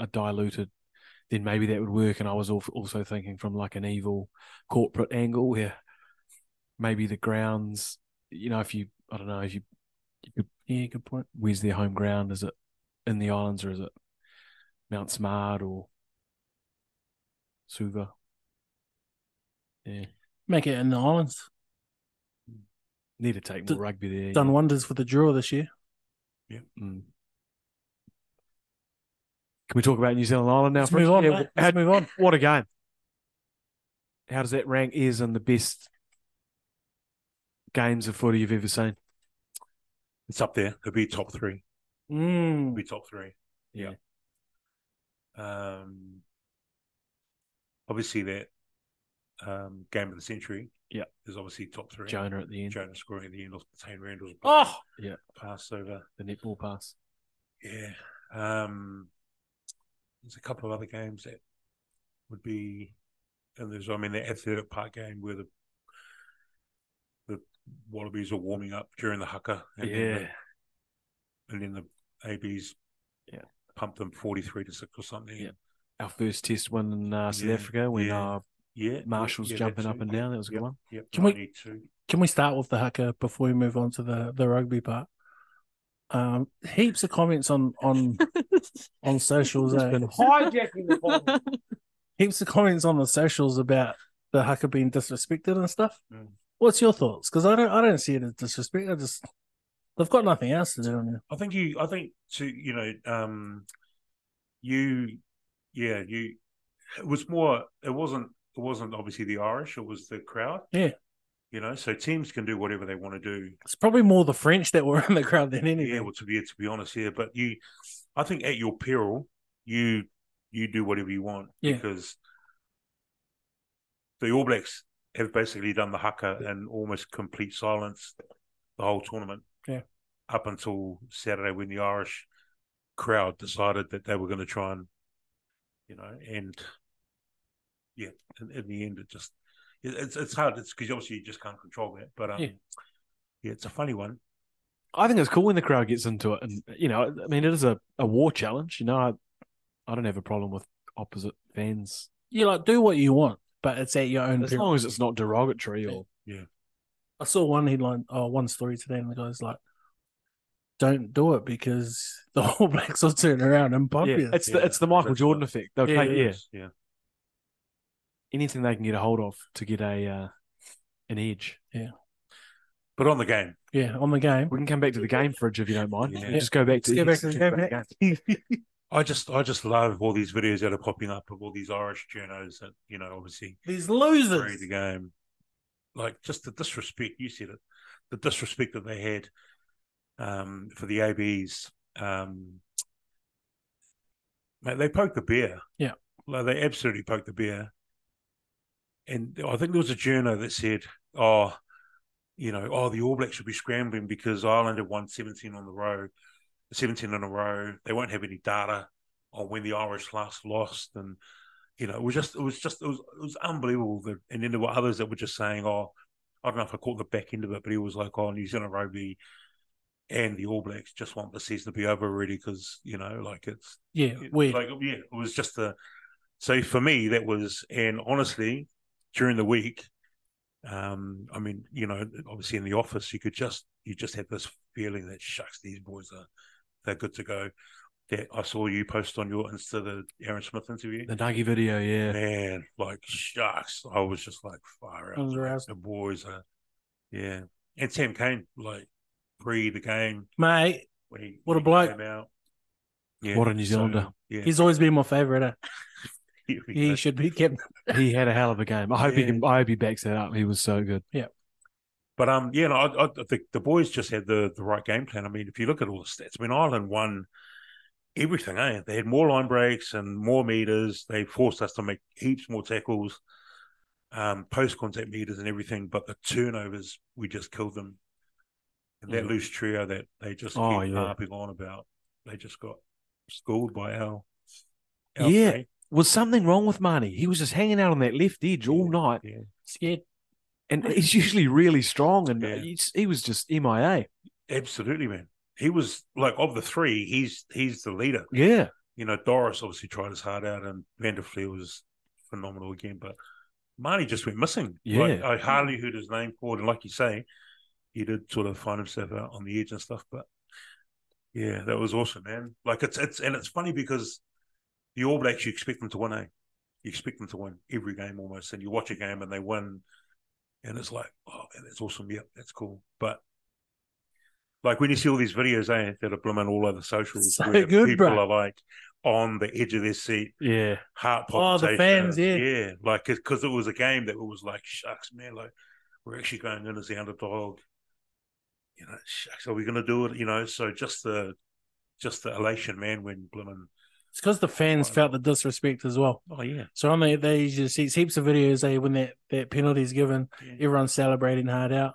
a diluted, then maybe that would work. And I was al- also thinking from like an evil corporate angle where maybe the grounds, you know, if you I don't know if you
yeah good point.
where's their home ground? Is it in the islands or is it Mount Smart or Suva? Yeah,
Make it in the islands.
need to take
D-
more rugby there.
Done
yeah.
wonders for the draw this year.
Mm. Can we talk about New Zealand Island now?
Let's
Fritz?
move on.
Yeah,
mate.
how-
Let's move on.
What a game. How does that rank is in the best games of footy you've ever seen?
it's up there. It'll be top three. It'll
Mm.
be top three. Um, obviously, that um, game of the century.
Yeah.
is obviously top three.
Jonah at the end,
Jonah scoring at the end of Tane Randall's
Oh,
pass over.
the netball pass.
Yeah. Um, there's a couple of other games that would be, and there's, I mean, the athletic park game where the the Wallabies are warming up during the haka, and,
yeah.
then, the, and then the ABs
Yeah.
pump them 43 to 6 or something.
Yeah. Our first test win in uh, South
Yeah,
Africa when
yeah.
uh,
Yeah.
Marshall's
yeah, that
jumping
too.
up and down. That was a
Yep,
good one.
Yep.
Can we-
92.
Can we start with the haka before we move on to the, the rugby part? Um, heaps of comments on on on socials. eh?
hijacking the ball.
heaps of comments on the socials about the haka being disrespected and stuff.
Mm.
What's your thoughts? Because I don't I don't see it as disrespect. I just they've got nothing else to do. I mean,
I think you. I think to you know, um, you, yeah, you. It was more. It wasn't. It wasn't obviously the Irish. It was the crowd.
Yeah.
You know, so teams can do whatever they want to do.
it's probably more the French that were in the crowd than anything.
Yeah. Well, to be to be honest, yeah. But you, I think at your peril, you you do whatever you want
Yeah.
because the All Blacks have basically done the haka in almost complete silence the whole tournament.
Yeah.
Up until Saturday when the Irish crowd decided that they were going to try and, you know, and yeah, in, in the end, it just, it, it's, it's hard. It's because obviously you just can't control that. But um, yeah.
Yeah.
it's a funny one.
I think it's cool when the crowd gets into it, and you know, I mean, it is a, a war challenge. You know, I, I don't have a problem with opposite fans
You like do what you want, but it's at your own.
as
peril.
long as it's not derogatory or
I saw one headline, oh, one story today, and the guy's like, "Don't do it because the All Blacks will turn around and bump
yeah,
you."
it's
Yeah,
the it's the Michael
that's
Jordan
right.
effect. They'll
Yeah,
take yeah,
yeah.
anything they can get a hold of to get a uh, an edge.
But on the game,
yeah, on the game.
We can come back to the game fridge if you don't mind.
Yeah.
We'll Just go back to
Let's go back to the game,
back
mate.
to
I just I just love all these videos that are popping up of all these Irish journos that you know obviously
These
through
losers.
the game, like just the disrespect. You said it, the disrespect that they had um, for the ABs. Um, mate, they poked the bear.
Yeah.
like they absolutely poked the bear. And I think there was a journo that said, "Oh, you know, oh the All Blacks should be scrambling because Ireland have won 17 on the row, 17 in a row. They won't have any data on when the Irish last lost and." you know, it was just, it was just, it was, it was unbelievable. That, and then there were others that were just saying, "Oh, I don't know if I caught the back end of it, but he was like, oh, New Zealand rugby and the All Blacks just want the season to be over already because you know, like it's
Yeah,
it-
weird.
Like, yeah, it was just a. So for me, that was, and honestly, during the week, um, I mean, you know, obviously in the office, you could just, you just had this feeling that shucks, these boys are, they're good to go. That I saw you post on your Insta the Aaron Smith interview.
The Nuggy video, yeah.
Man, like shucks, I was just like fire
I was
out.
aroused.
The boys are, yeah, and Sam Kane, like pre the game
Mate,
when he
What a
when he
bloke.
came out. Yeah,
What a New
so,
Zealander.
yeah,
he's always been my favourite. eh?
he- he
He
did.
should be kept.
He had a hell of a game. I hope he
Yeah.
can, I hope he backs that up. He was so good.
But um, yeah, no, I, I think the boys just had the the right game plan. I mean, if you look at all the stats, I mean, Ireland won everything. Eh? They had more line breaks and more meters. They forced us to make heaps more tackles, um, post contact meters and everything. But the turnovers, we just killed them. And that
Mm.
loose trio that they just
Oh,
keep
yeah.
harping on about, they just got schooled by our. our
Yeah.
three.
Was something wrong with Marnie? He was just hanging out on that left edge all
Yeah.
night.
yeah.
Scared.
And he's usually really strong. And
Yeah.
he's- he was just MIA.
Absolutely, man. He was like of the three, he's he's the leader.
Yeah.
you know, Doris obviously tried his heart out, and Vanderfleer was phenomenal again. But Marnie just went missing. Like,
Yeah.
I hardly heard his name called, and like you say, he did sort of find himself out on the edge and stuff. But yeah, that was awesome, man. Like it's it's and it's funny because the All Blacks, you expect them to win, eh? You expect them to win every game almost, and you watch a game and they win, and it's like, oh man, that's awesome. Yep, that's cool. But like when you see all these videos, eh, that are blooming all over socials,
So
where
good,
people
bro.
are like on the edge of their seat,
Yeah.
heart
Oh, the
palpitations.
fans, yeah.
yeah, like because it was a game that was like, shucks, man, like we're actually going in as the underdog. You know, shucks, are we going to do it? You know, so just the just the elation, man, when Blimmin.
It's because the fans felt the disrespect as well.
Oh yeah,
So on the, they just see heaps of videos. They when that that penalty is given,
Yeah.
everyone's celebrating hard out.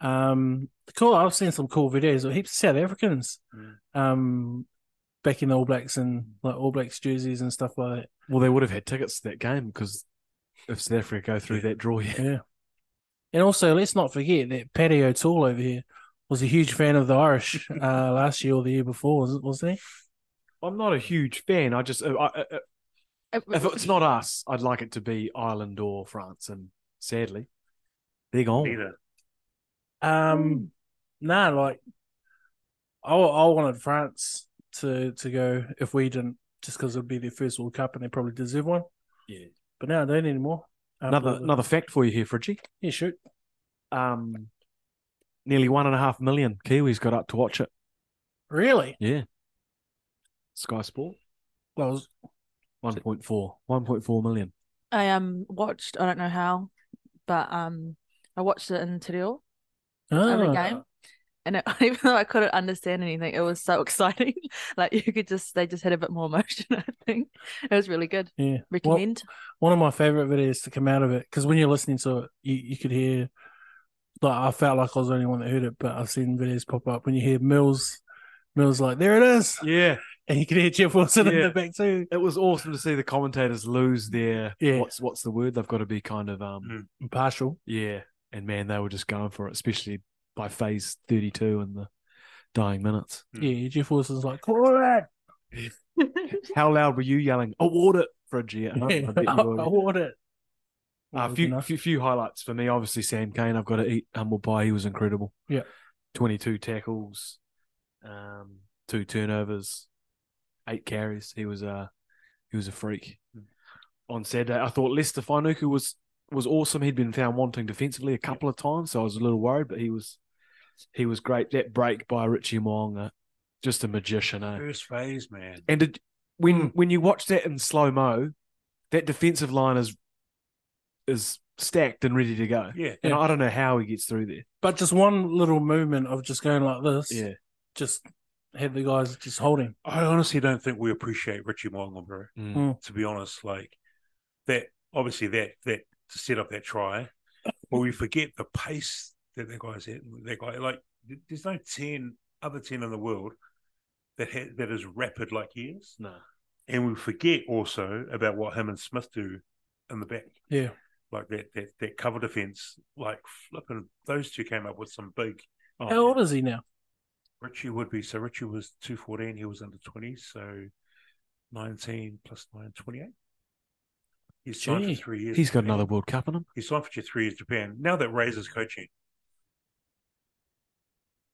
Um, cool. I've seen some cool videos of heaps of South Africans,
Mm.
um, back in the All Blacks and like All Blacks jerseys and stuff like
Well, they would have had tickets to that game because if South Africa go through that draw, yeah.
that. Yeah. And also, let's not forget that Paddy O'Toole over here was a huge fan of the Irish uh, last year or the year before, was- wasn't he?
I'm not a huge fan. I just, I, I, I- if it's not us, I'd like it to be Ireland or France. And sadly, they're gone.
either.
Um,
Hmm.
nah, like I, I wanted France to to go if we didn't, just because it'd be their first World Cup and they probably deserve one.
Yeah.
but now I don't anymore. After
Another
the-
another fact for you here,
Um,
Fridgie.
yeah, shoot.
Um, nearly one and a half million Kiwis got up to watch it.
Really?
Yeah. Sky Sport,
Well, it was-
1.4, 1.4 million.
I um watched. I don't know how, but um, I watched it in Te Reo
ah,
other game. And it, even though I couldn't understand anything, it was so exciting. like you could just, they just had a bit more emotion. I think it was really good.
Yeah. Well,
Recommend.
one of my favorite videos to come out of it because when you're listening to it, you, you could hear. Like I felt like I was the only one that heard it, but I've seen videos pop up when you hear Mills, Mills like there it is,
Yeah.
and you can hear Jeff Wilson in
Yeah.
the back too,
It was awesome to see the commentators lose their,
Yeah.
what's what's the word? They've got to be kind of, um,
Mm.
impartial.
Yeah, and man, they were just going for it, especially by phase thirty-two and the dying minutes.
Mm.
Yeah, Jeff Wilson's like, call it.
How loud were you yelling? Award it for a G. I
Yeah,
bet you
I
were.
want it.
Uh,
Well,
few,
enough.
few few highlights for me. Obviously, Sam Kane. I've got to eat humble pie. He was incredible.
Yeah.
twenty-two tackles, um, two turnovers, eight carries. He was a he was a freak. On Saturday, I thought Lester Finuku was was awesome. He'd been found wanting defensively a couple of times, so I was a little worried, but he was he was great. That break by Richie Moonga, just a magician. Eh?
First phase, man.
And did, when when you watch that in slow mo, that defensive line is is stacked and ready to go.
Yeah,
And
Yeah.
I don't know how he gets through there.
But just one little movement of just going like this, just had the guys just holding.
I honestly don't think we appreciate Richie Mongan, bro.
Mm.
To be honest, like that. Obviously, that that to set up that try, but we forget the pace that that guy's at. That guy, like, th- there's no ten other ten in the world that ha- that is rapid like he is,
No.
and we forget also about what him and Smith do in the back,
Yeah,
like that that that cover
Oh,
defense, like flipping. Those two came up with some big. oh,
how old is he now?
Richie would be. So Richie was 214. He was under 20. So 19 plus 9, 28. He's signed
Gee,
for three years.
He's got
Japan.
another World Cup in him.
He's signed for just three years Japan. Now that Ray's is coaching.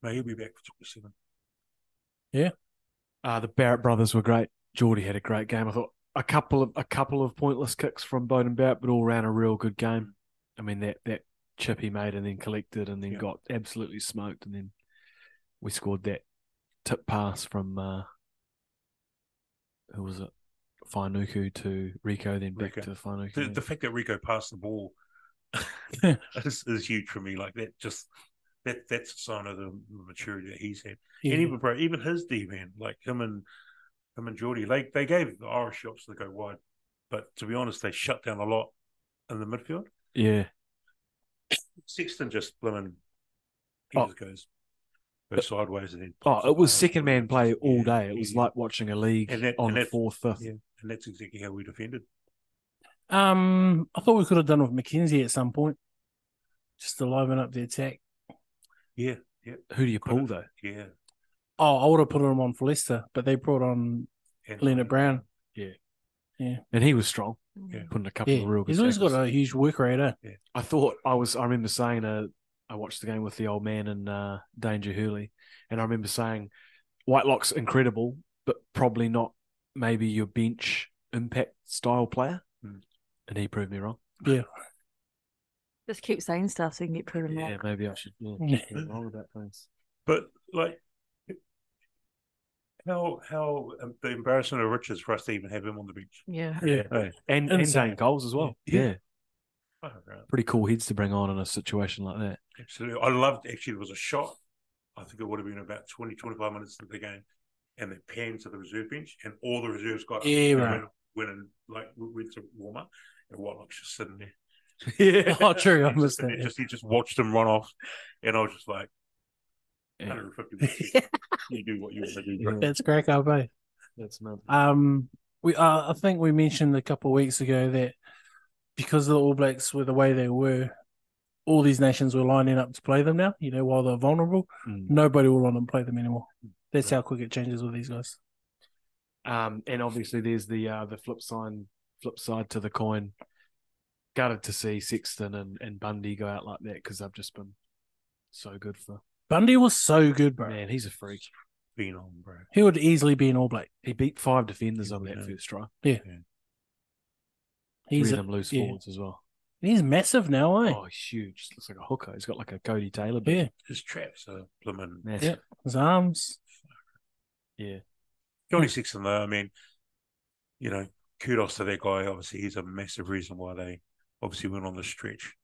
Mate, he'll be back for 27.
Uh, the Barrett brothers were great. Geordie had a great game. I thought a couple of a couple of pointless kicks from Bowden Barrett, but all round a real good game. I mean that that chip he made and then collected and then
Yeah.
got absolutely smoked and then we scored that tip pass from uh, who was it? Finuku to Rico, then back
Rico.
to Finuku.
The,
yeah.
the fact that Rico passed the ball is, is huge for me. Like that, just that that's a sign of the maturity that he's had. And even bro, even his D man, like him and him and Geordie, like they gave the Irish shots to go wide, but to be honest, they shut down a lot in the midfield.
yeah.
Sexton just blooming, he
Oh.
just goes goes sideways and then. pops
Oh, it was
up.
second man play all
Yeah,
day. It
yeah,
was
yeah.
like watching a league
And that-
on
and that-
fourth, fifth.
yeah. and that's exactly how we defended.
Um, I thought we could have done with McKenzie at some point, just to liven up the attack.
Who do you
Could've.
pull though?
Yeah,
Oh, I would have put him on for Leicester, but they brought on
and
Leonard Brown.
And he was strong,
Yeah.
putting a couple
Yeah,
of real good.
he's always
tackles.
got a huge work rate. Eh?
I thought I was. I remember saying uh, I watched the game with the old man and uh, Danger Hurley, and I remember saying Whitelock's incredible, but probably not maybe your bench impact style player.
Mm.
And he proved me wrong.
Just keep saying stuff so you can get proven
Yeah,
wrong.
maybe I should. Yeah,
Yeah.
prove wrong about things.
But like, how how um, the embarrassment of riches for us to even have him on the bench.
Yeah.
Yeah,
And and
Insane.
saying goals as well.
Yeah.
Yeah.
Oh, right.
pretty cool heads to bring on in a situation like that.
Absolutely, I loved. Actually, there was a shot. I think it would have been about 20, 25 minutes into the game, and they panned to the reserve bench, and all the reserves got up
Yeah,
and
right.
went, went and like went to warm up, and Watlock's just sitting there.
yeah.
Oh, true. I
He's just
missed
sitting there,
that.
Just he just watched him run off, and I was just like,
Yeah,
150 minutes. you do what you want to do. bro.
That's crack up, eh?
that's mad.
Um, we uh, I think we mentioned a couple of weeks ago that because the All Blacks were the way they were, all these nations were lining up to play them now. You know, while they're vulnerable,
Mm.
nobody will on and play them anymore. That's how quick it changes with these guys.
Um, and obviously, there's the uh, the flip side flip side to the coin. Gutted to see Sexton and, and Bundy go out like that because they've just been so good for
Bundy was so good, bro.
man. He's a freak.
Been on, bro.
He would easily be an All Black.
He beat five defenders on that
Yeah.
first try.
He's
Three
a-
of them loose
yeah.
forwards as well.
he's massive now, eh?
Oh, huge! Looks like a hooker. He's got like a Cody Taylor. bit.
yeah,
His traps are blooming.
Man,
Yeah. his arms.
Johnny Sexton, though, I mean, you know, kudos to that guy. Obviously, he's a massive reason why they obviously went on the stretch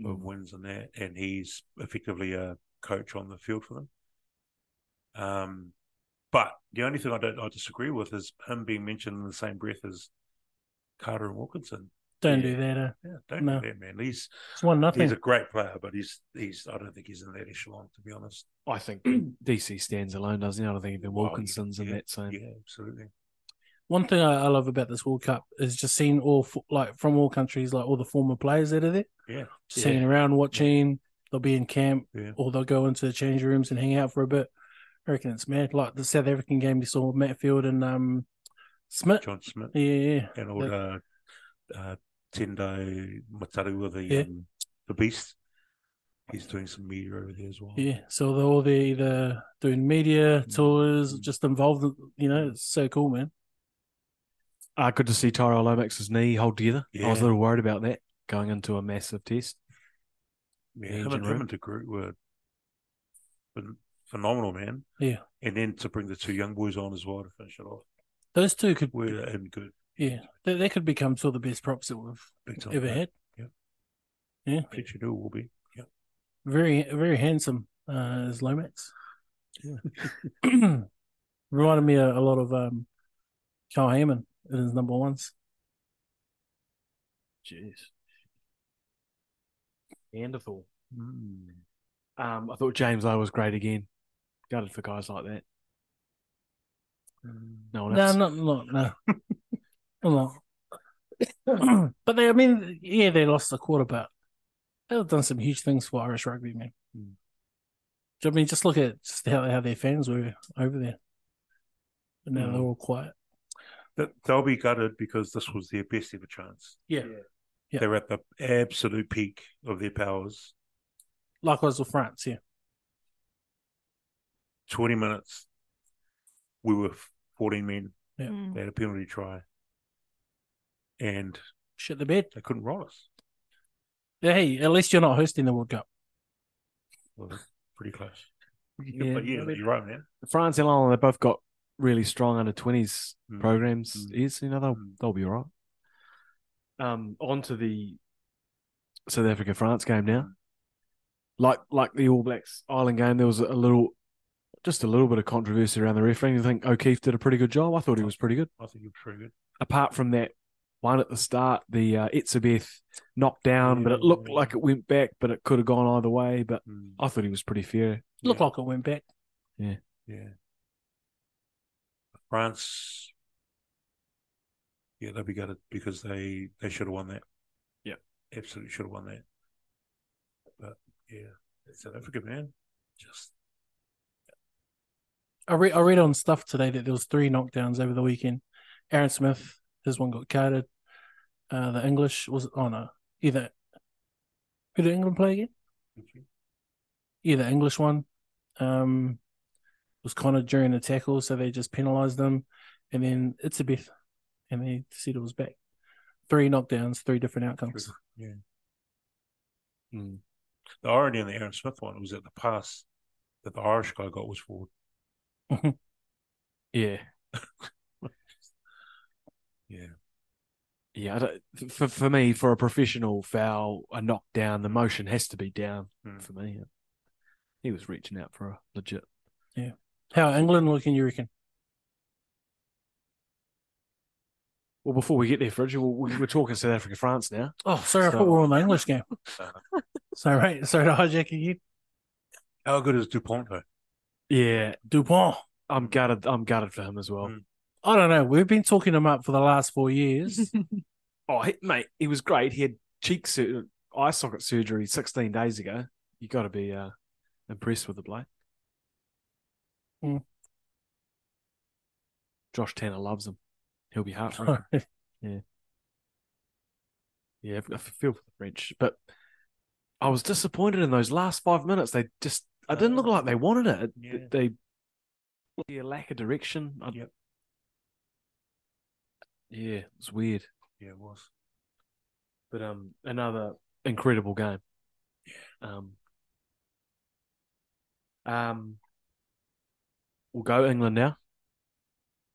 Mm.
of wins and that, and he's effectively a coach on the field for them. Um, but the only thing I don't I disagree with is him being mentioned in the same breath as Carter and Wilkinson.
Don't
Yeah.
do that. Eh?
Yeah, don't
No.
do that, man. He's
It's one nothing.
he's a great player, but he's he's I don't think he's in that echelon to be honest.
I think DC stands alone, doesn't he? I don't think even
Well,
Wilkinson's in
Oh, yeah,
that same.
Yeah, absolutely.
one thing I, I love about this World Cup is just seeing all fo- like from all countries, like all the former players that are there.
Yeah.
just hanging around, watching. They'll be in camp,
Yeah.
or they'll go into the change rooms and hang out for a bit. I reckon it's mad. Like the South African game, you saw Matfield and um, Smith.
John Smith.
Yeah, yeah,
and all uh, uh, Tendo Mataru with the
Yeah.
um, the beast. He's doing some media over there as well.
yeah. So they're all there either doing media tours,
Mm.
just involved. in- You know, it's so cool, man.
Uh, good to see Tyrell Lomax's knee hold together. I was
Yeah.
a little worried about that going into a massive test.
Yeah,
Yeah,
him and,
Jim
him
Root.
and the group were phen- phenomenal, man.
Yeah.
and then to bring the two young boys on as well to finish it off,
Those two could,
we're in good
yeah, they, they could become two of the best props that we've
big time.
ever
mate.
had.
Yeah.
yeah.
Future New will be.
Very, very handsome uh, is Lomax. Reminded me a, a lot of um, Carl Heyman in his number ones.
Jeez. Neanderthal. Um, I thought James Lowe was great again. Gutted for guys like that. No one
No,
else.
not not no, not a lot. but they, I mean, yeah, they lost the quarter, but they've done some huge things for Irish rugby, man. I mean, just look at just how, how their fans were over there. And now they're all quiet.
Th- They'll be gutted because this was their best ever chance.
Yeah. Yeah.
They're at the absolute peak of their powers.
Likewise with France, yeah.
20 minutes. We were 14 men.
Yeah.
Mm.
They had a penalty try. And
Shit the bed.
they couldn't roll us.
Hey, at least you're not hosting the World Cup.
Well, that's pretty close.
Yeah.
but yeah, you're right, man.
France and Ireland, they both got really strong under twenties
Mm.
programs.
Mm.
Is you know they'll
Mm.
they'll be all right. Um, on to the South Africa France game now. Like like the All Blacks Ireland game, there was a little, just a little bit of controversy around the refereeing. I think O'Keefe did a pretty good job. I thought he was pretty good.
I think you're pretty good.
Apart from that one at the start, the uh, Itzebeth knocked down, but it looked
Yeah.
like it went back, but it could have gone either way. But
Mm.
I thought he was pretty fair.
Looked
Yeah.
like it went back.
Yeah. France. Yeah, they'll be gutted because they they should have won that.
Yeah.
absolutely should have won that. But yeah, it's South Africa, man. Just
I read I read on stuff today that there was three knockdowns over the weekend. Aaron Smith, his one got carded. Uh, the English was oh no, either who did England play again? Yeah, the English one um, was cornered during the tackle, so they just penalised them, and then it's a bit, and they said it was back. Three knockdowns, three different outcomes.
yeah. Hmm. The irony in the Aaron Smith one was that the pass that the Irish guy got was forward.
Yeah,
Yeah,
Yeah, I don't, for for me, for a professional foul, a knockdown, the motion has to be down
Mm.
for me. He was reaching out for a legit.
How are England looking? You reckon?
Well, before we get there, Fridge, we'll, we- we're talking South Africa, France now.
Oh, sorry, I
So-
thought we were on the English game. sorry, right, sorry to hijack you,
how good is Dupont though?
Yeah,
Dupont.
I'm gutted. I'm gutted for him as well.
Mm.
I don't know. We've been talking him up for the last four years.
Oh, he, mate, he was great. He had cheek, sur- eye socket surgery 16 days ago. You got to be uh, impressed with the bloke.
Hmm.
Mm.
Josh Tanner loves him. He'll be heartbroken.
Sorry.
Yeah, I f- feel for the French, but I was disappointed in those last five minutes. They just, I didn't look like they wanted it.
Yeah.
It- They, yeah, lack of direction. I,
Yep.
Yeah, it's weird.
Yeah, it was.
But um, another incredible game. Yeah. Um. Um. We'll go England now.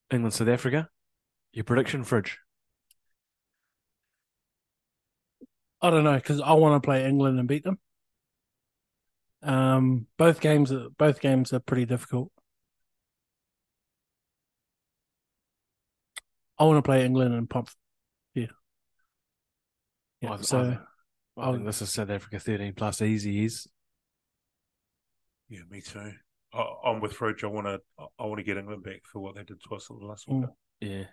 England, South Africa. Your prediction, fridge.
I don't know because I want to play England and beat them. Um, both games, are- both games are pretty difficult. I want to play England and pump. Yeah, yeah.
I've-
so
I've- I think this is South Africa thirteen plus easy is.
Yeah, me too. I, I'm with Roach. I want to. I want to get England back for what they did to us at the last one,
Yeah.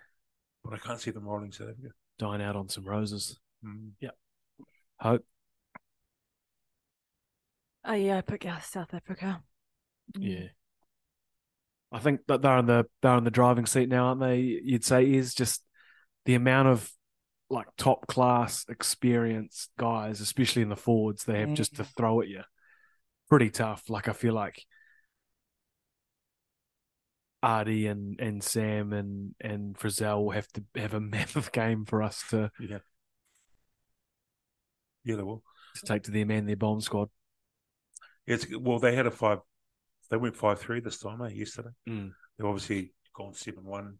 but I can't see them rolling South Africa.
dine out on some roses.
Mm.
Hope.
Oh yeah, I picked uh, South Africa. Mm.
I think that they're in the they're in the driving seat now, aren't they? You'd say is just the amount of like top class experienced guys, especially in the forwards, they have just to
Mm.
throw at you. Pretty tough. Like I feel like Artie and, and Sam and and Frizzell will have to have a mammoth game for us to,
Yeah, they will.
to take to their man their bomb squad.
It's well, they had a five. They went five three this time, eh? Yesterday,
Mm.
they've obviously gone seven one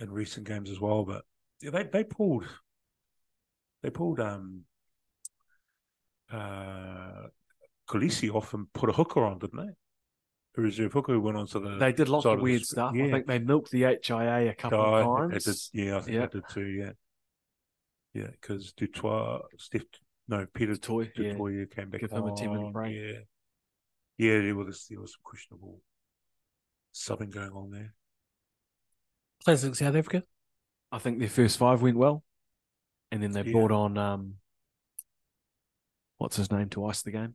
in recent games as well. But yeah, they they pulled. They pulled um. Uh, Khaleesi off and put a hooker on, didn't they? The reserve hooker who went on to the.
They did lots
side
of
the
weird
sp-
stuff. I
yeah.
think they milked the HIA a couple
Yeah, I
of
think they did-
times.
yeah, I think
Yeah.
they did too. Yeah, yeah, because Dutois, Steph, no, Peter
It's toy. Yeah.
Dutois yeah. came back.
Give him a 10-minute
on,
break.
Yeah, yeah, there was there was some questionable something going on there.
classic South Africa.
I think their first five went well, and then they
Yeah.
brought on um, what's his name to ice the game,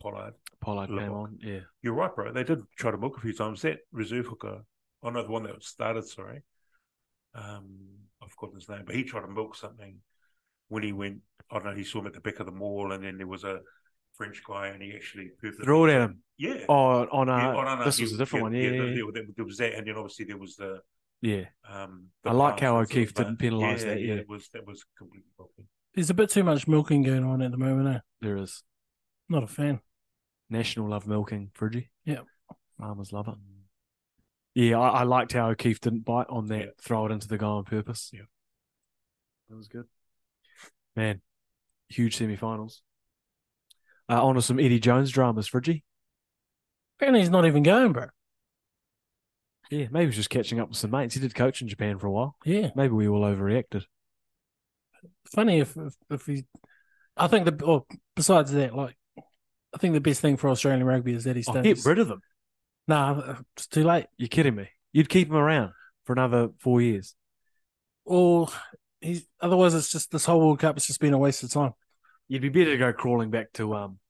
Pollard.
Pollard came
Look.
on. Yeah.
You're right, bro. They did try to milk a few times. That reserve hooker, oh no, the one that started, sorry. Um, I've forgotten his name, but he tried to milk something when he went. I don't know. He saw him at the back of the mall, and then there was a French guy, and he actually perfectly-
Threw it at him.
Yeah.
Oh, on uh,
Yeah, oh, no, no,
this
yeah,
was a different one. Yeah.
there-
Yeah.
There, there was that, and then obviously there was the.
yeah. yeah.
Um,
I like how
pass,
O'Keefe
but-
didn't penalise that, yeah.
it was that was completely broken.
There's a bit too much milking going on at the moment. Eh?
There is.
Not a fan.
National love milking, Friggy.
Yeah.
Farmers love it. Yeah, I, I liked how O'Keefe didn't bite on that,
Yeah.
throw it into the goal on purpose.
Yeah.
That was good. Man, huge semi finals. Uh, on to some Eddie Jones dramas, Friggy.
Apparently, he's not even going, bro.
Yeah, maybe he was just catching up with some mates. He did coach in Japan for a while.
Yeah.
Maybe we all overreacted.
Funny if if, if he. I think the or besides that, like, I think the best thing for Australian rugby is that he
Oh,
stays.
get rid of them.
Nah, it's too late.
You're kidding me. You'd keep him around for another four years.
Or he's otherwise it's just this whole World Cup has just been a waste of time.
You'd be better to go crawling back to um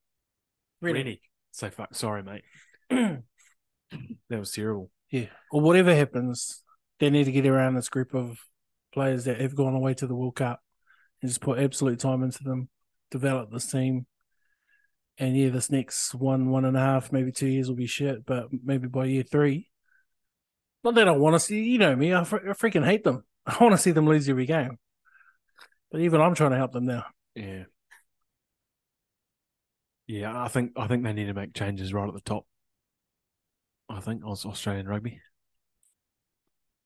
Really?
Rennie. Say fuck, sorry, mate. that was terrible.
Yeah. Or whatever happens, they need to get around this group of players that have gone away to the World Cup and just put absolute time into them, develop this team. And yeah, this next one, one and a half, maybe two years will be shit, but maybe by year three. Not that I want to see, you know me, I, fr- I freaking hate them. I want to see them lose every game. But even I'm trying to help them now.
Yeah. Yeah, I think I think they need to make changes right at the top. I think Aus- Australian rugby.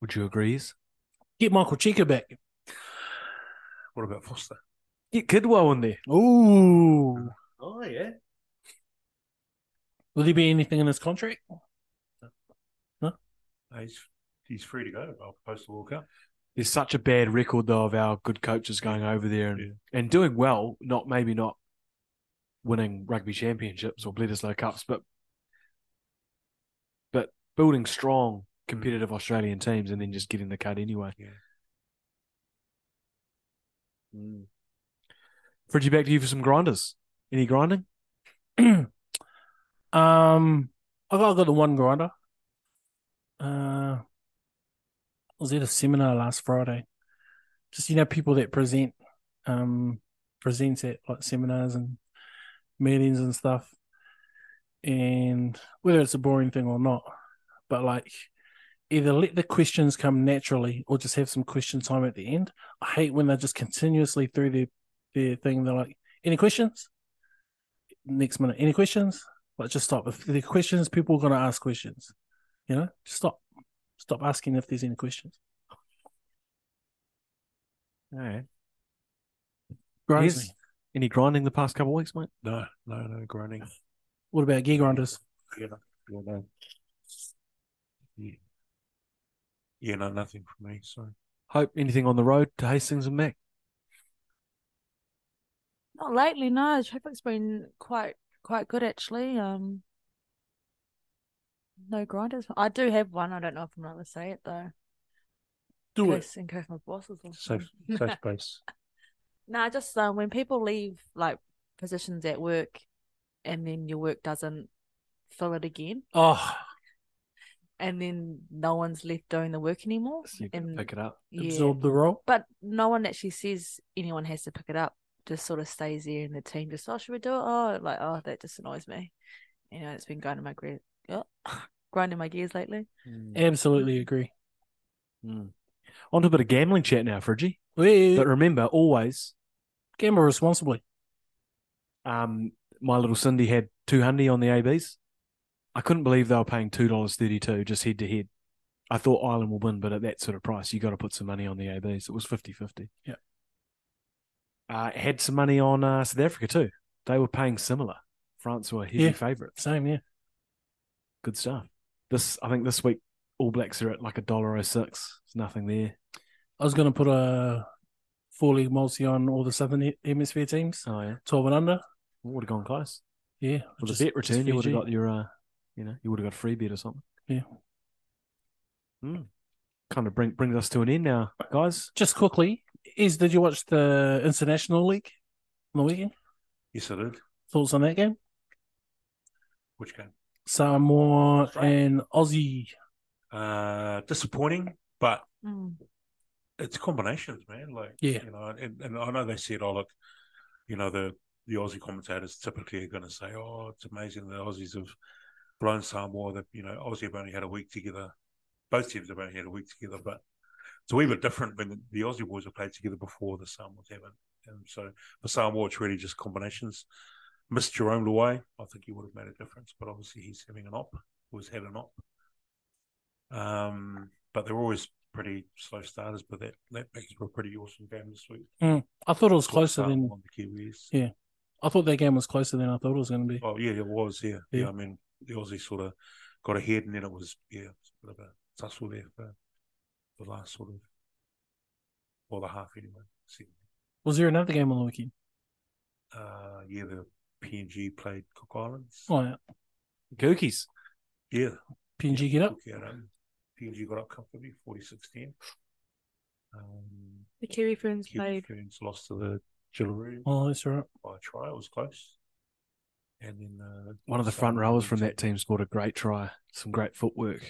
Would you agree?
Get Michael Chica back.
What about Foster?
Get Kidwell in there.
Ooh.
Oh yeah,
Will there be anything in his contract?
he's he's free to go I'll post the World Cup.
There's such a bad record though of our good coaches going over there and,
Yeah.
and doing well, not maybe not winning rugby championships or Bledisloe Cups, but but building strong competitive Australian teams and then just getting the cut anyway.
Mm. Yeah.
Mm. Fridgie, back to you for some grinders. Any grinding?
Um, I got, I got the one grinder. Uh, I was at a seminar last Friday. Just you know, people that present, um, presents at like seminars and meetings and stuff. And whether it's a boring thing or not, but like either let the questions come naturally or just have some question time at the end. I hate when they're just continuously through their their thing. They're like, any questions? Next minute, any questions? Like, just stop. If there are questions, people are going to ask questions. You know, just stop. Stop asking if there's any questions.
All right.
Grinds
Yes.
me.
Any grinding the past couple of weeks, mate?
No, no, no grinding.
What about gear grinders?
Yeah, no. Yeah. yeah, no, nothing for me. Sorry.
Hope anything on the road to Hastings and Mac?
Not lately, no. Traffic's been quite quite good actually. Um, no grinders. I do have one. I don't know if I'm allowed to say it though.
Do
in
it.
case, In case my bosses. is
Safe, safe space.
Nah, just um, when people leave like positions at work, and then your work doesn't fill it again,
Oh,
and then no one's left doing the work anymore.
So you can
And
pick it up.
yeah.
absorb the role.
but no one actually says anyone has to pick it up. Just sort of stays there in the team. Just oh, should we do it? Oh, like oh, that just annoys me. You know, it's been grinding my gears, grinding my gears lately.
Mm.
Absolutely agree.
Mm. On to a bit of gambling chat now, Fridgie.
We
But remember, always,
gamble responsibly.
um, my little Cindy had two hundred on the ABs. I couldn't believe they were paying two dollars thirty-two just head to head. I thought Ireland will win, but at that sort of price, you got to put some money on the ABs. It was 50-50.
Yeah.
Uh, had some money on uh, South Africa too. They were paying similar. France were heavy
Yeah.
favourites.
Same, yeah.
Good stuff. This, I think, this week All Blacks are at like a dollar oh six. There's nothing there.
I was going to put a four league multi on all the Southern He- Hemisphere teams,
Oh yeah,
12 and under.
would have gone close.
Yeah.
With
just-
a bet
just
return, you would have
Fiji.
got your, uh, you know, you would have got a free bet or something.
Yeah.
Hmm. Kind of bring, brings us to an end now, guys.
Just quickly, is did you watch the International League on the weekend?
Yes, I did.
Thoughts on that game?
Which game?
Samoa
Right.
and Aussie.
Uh, disappointing, but
Mm.
it's combinations, man. Like,
Yeah.
you know, and, and I know they said, oh, look, you know, the, the Aussie commentators typically are going to say, oh, it's amazing the Aussies have blown Samoa. That you know, Aussie have only had a week together. Both teams have only had a week together, but it's a wee bit different when the Aussie boys have played together before the Samoans haven't. And so for Samoa, it's really just combinations. Missed Jerome Luai, I think he would have made a difference, but obviously he's having an op, or has had an op. Um, but they're always pretty slow starters, but that, that makes for a pretty awesome game this week.
I thought it was closer than
on the Kiwis.
Yeah. I thought that game was closer than I thought it was going to be.
Oh yeah, it was. Yeah. yeah,
Yeah.
I mean, the Aussie sort of got ahead, and then it was yeah, it was a bit of a tussle there for the last sort of or the half anyway. See,
Was there another game on the weekend?
uh, yeah, the PNG played Cook Islands.
Oh, yeah.
Gookies.
Yeah,
PNG get up.
Cook um, Islands. PNG got up comfortably, 40-16. Um,
The Kiwi Ferns
Kiwi
played.
Ferns lost to the Jillaroo
Oh, that's all right.
by a try. It was close. And then uh,
One of the front rowers from that team scored a great try. Some great footwork.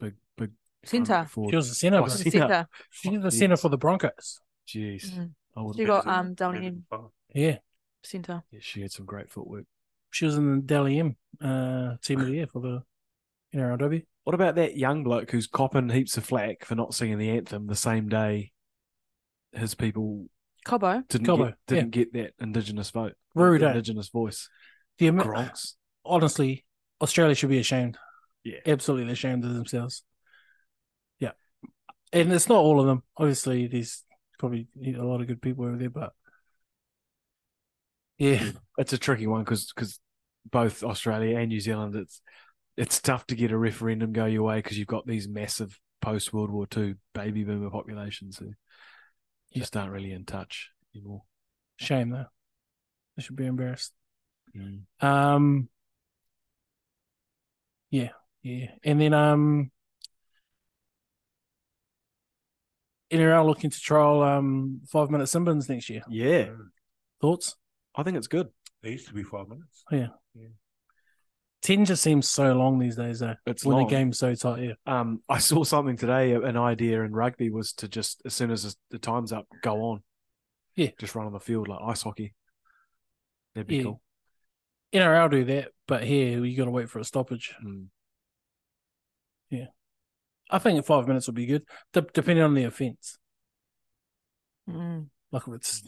Big, big. front
Centre.
forward.
She was the centre.
Oh,
bro.
see-
Centre.
Centre.
She was the centre for the Broncos.
Jeez.
Mm.
I wouldn't
She
have
got
uh,
said-
um Downing in
Far.
Yeah.
centre.
Yeah, she had some great footwork.
She was in the Dally M uh, team of the year for the NRLW.
What about that young bloke who's copping heaps of flack for not singing the anthem the same day his people
Cobo.
didn't
Cobbo,
get, didn't get that indigenous vote,
Rude, eh?
indigenous voice.
The Amer-
Gronks.
honestly, Australia should be ashamed.
Yeah.
Absolutely ashamed of themselves. Yeah. And it's not all of them. Obviously, there's probably a lot of good people over there, but yeah.
It's a tricky one because both Australia and New Zealand, it's it's tough to get a referendum go your way because you've got these massive post World War II baby boomer populations who just aren't really in touch anymore.
Shame, though. They should be embarrassed. Um, yeah, yeah, and then um, NRL looking to trial um five minute Simbins next year.
Yeah,
Thoughts?
I think it's good.
They used to be five minutes.
Ten just seems so long these days though.
It's
when
long.
the game's so tight. Yeah,
Um, I saw something today. An idea in rugby was to just as soon as the time's up, go on.
Yeah.
just run on the field like ice hockey. That'd be
Yeah.
cool.
NRL do that, but here you got to wait for a stoppage.
Mm.
I think five minutes will be good, de- depending on the offence.
Mm.
Like if it's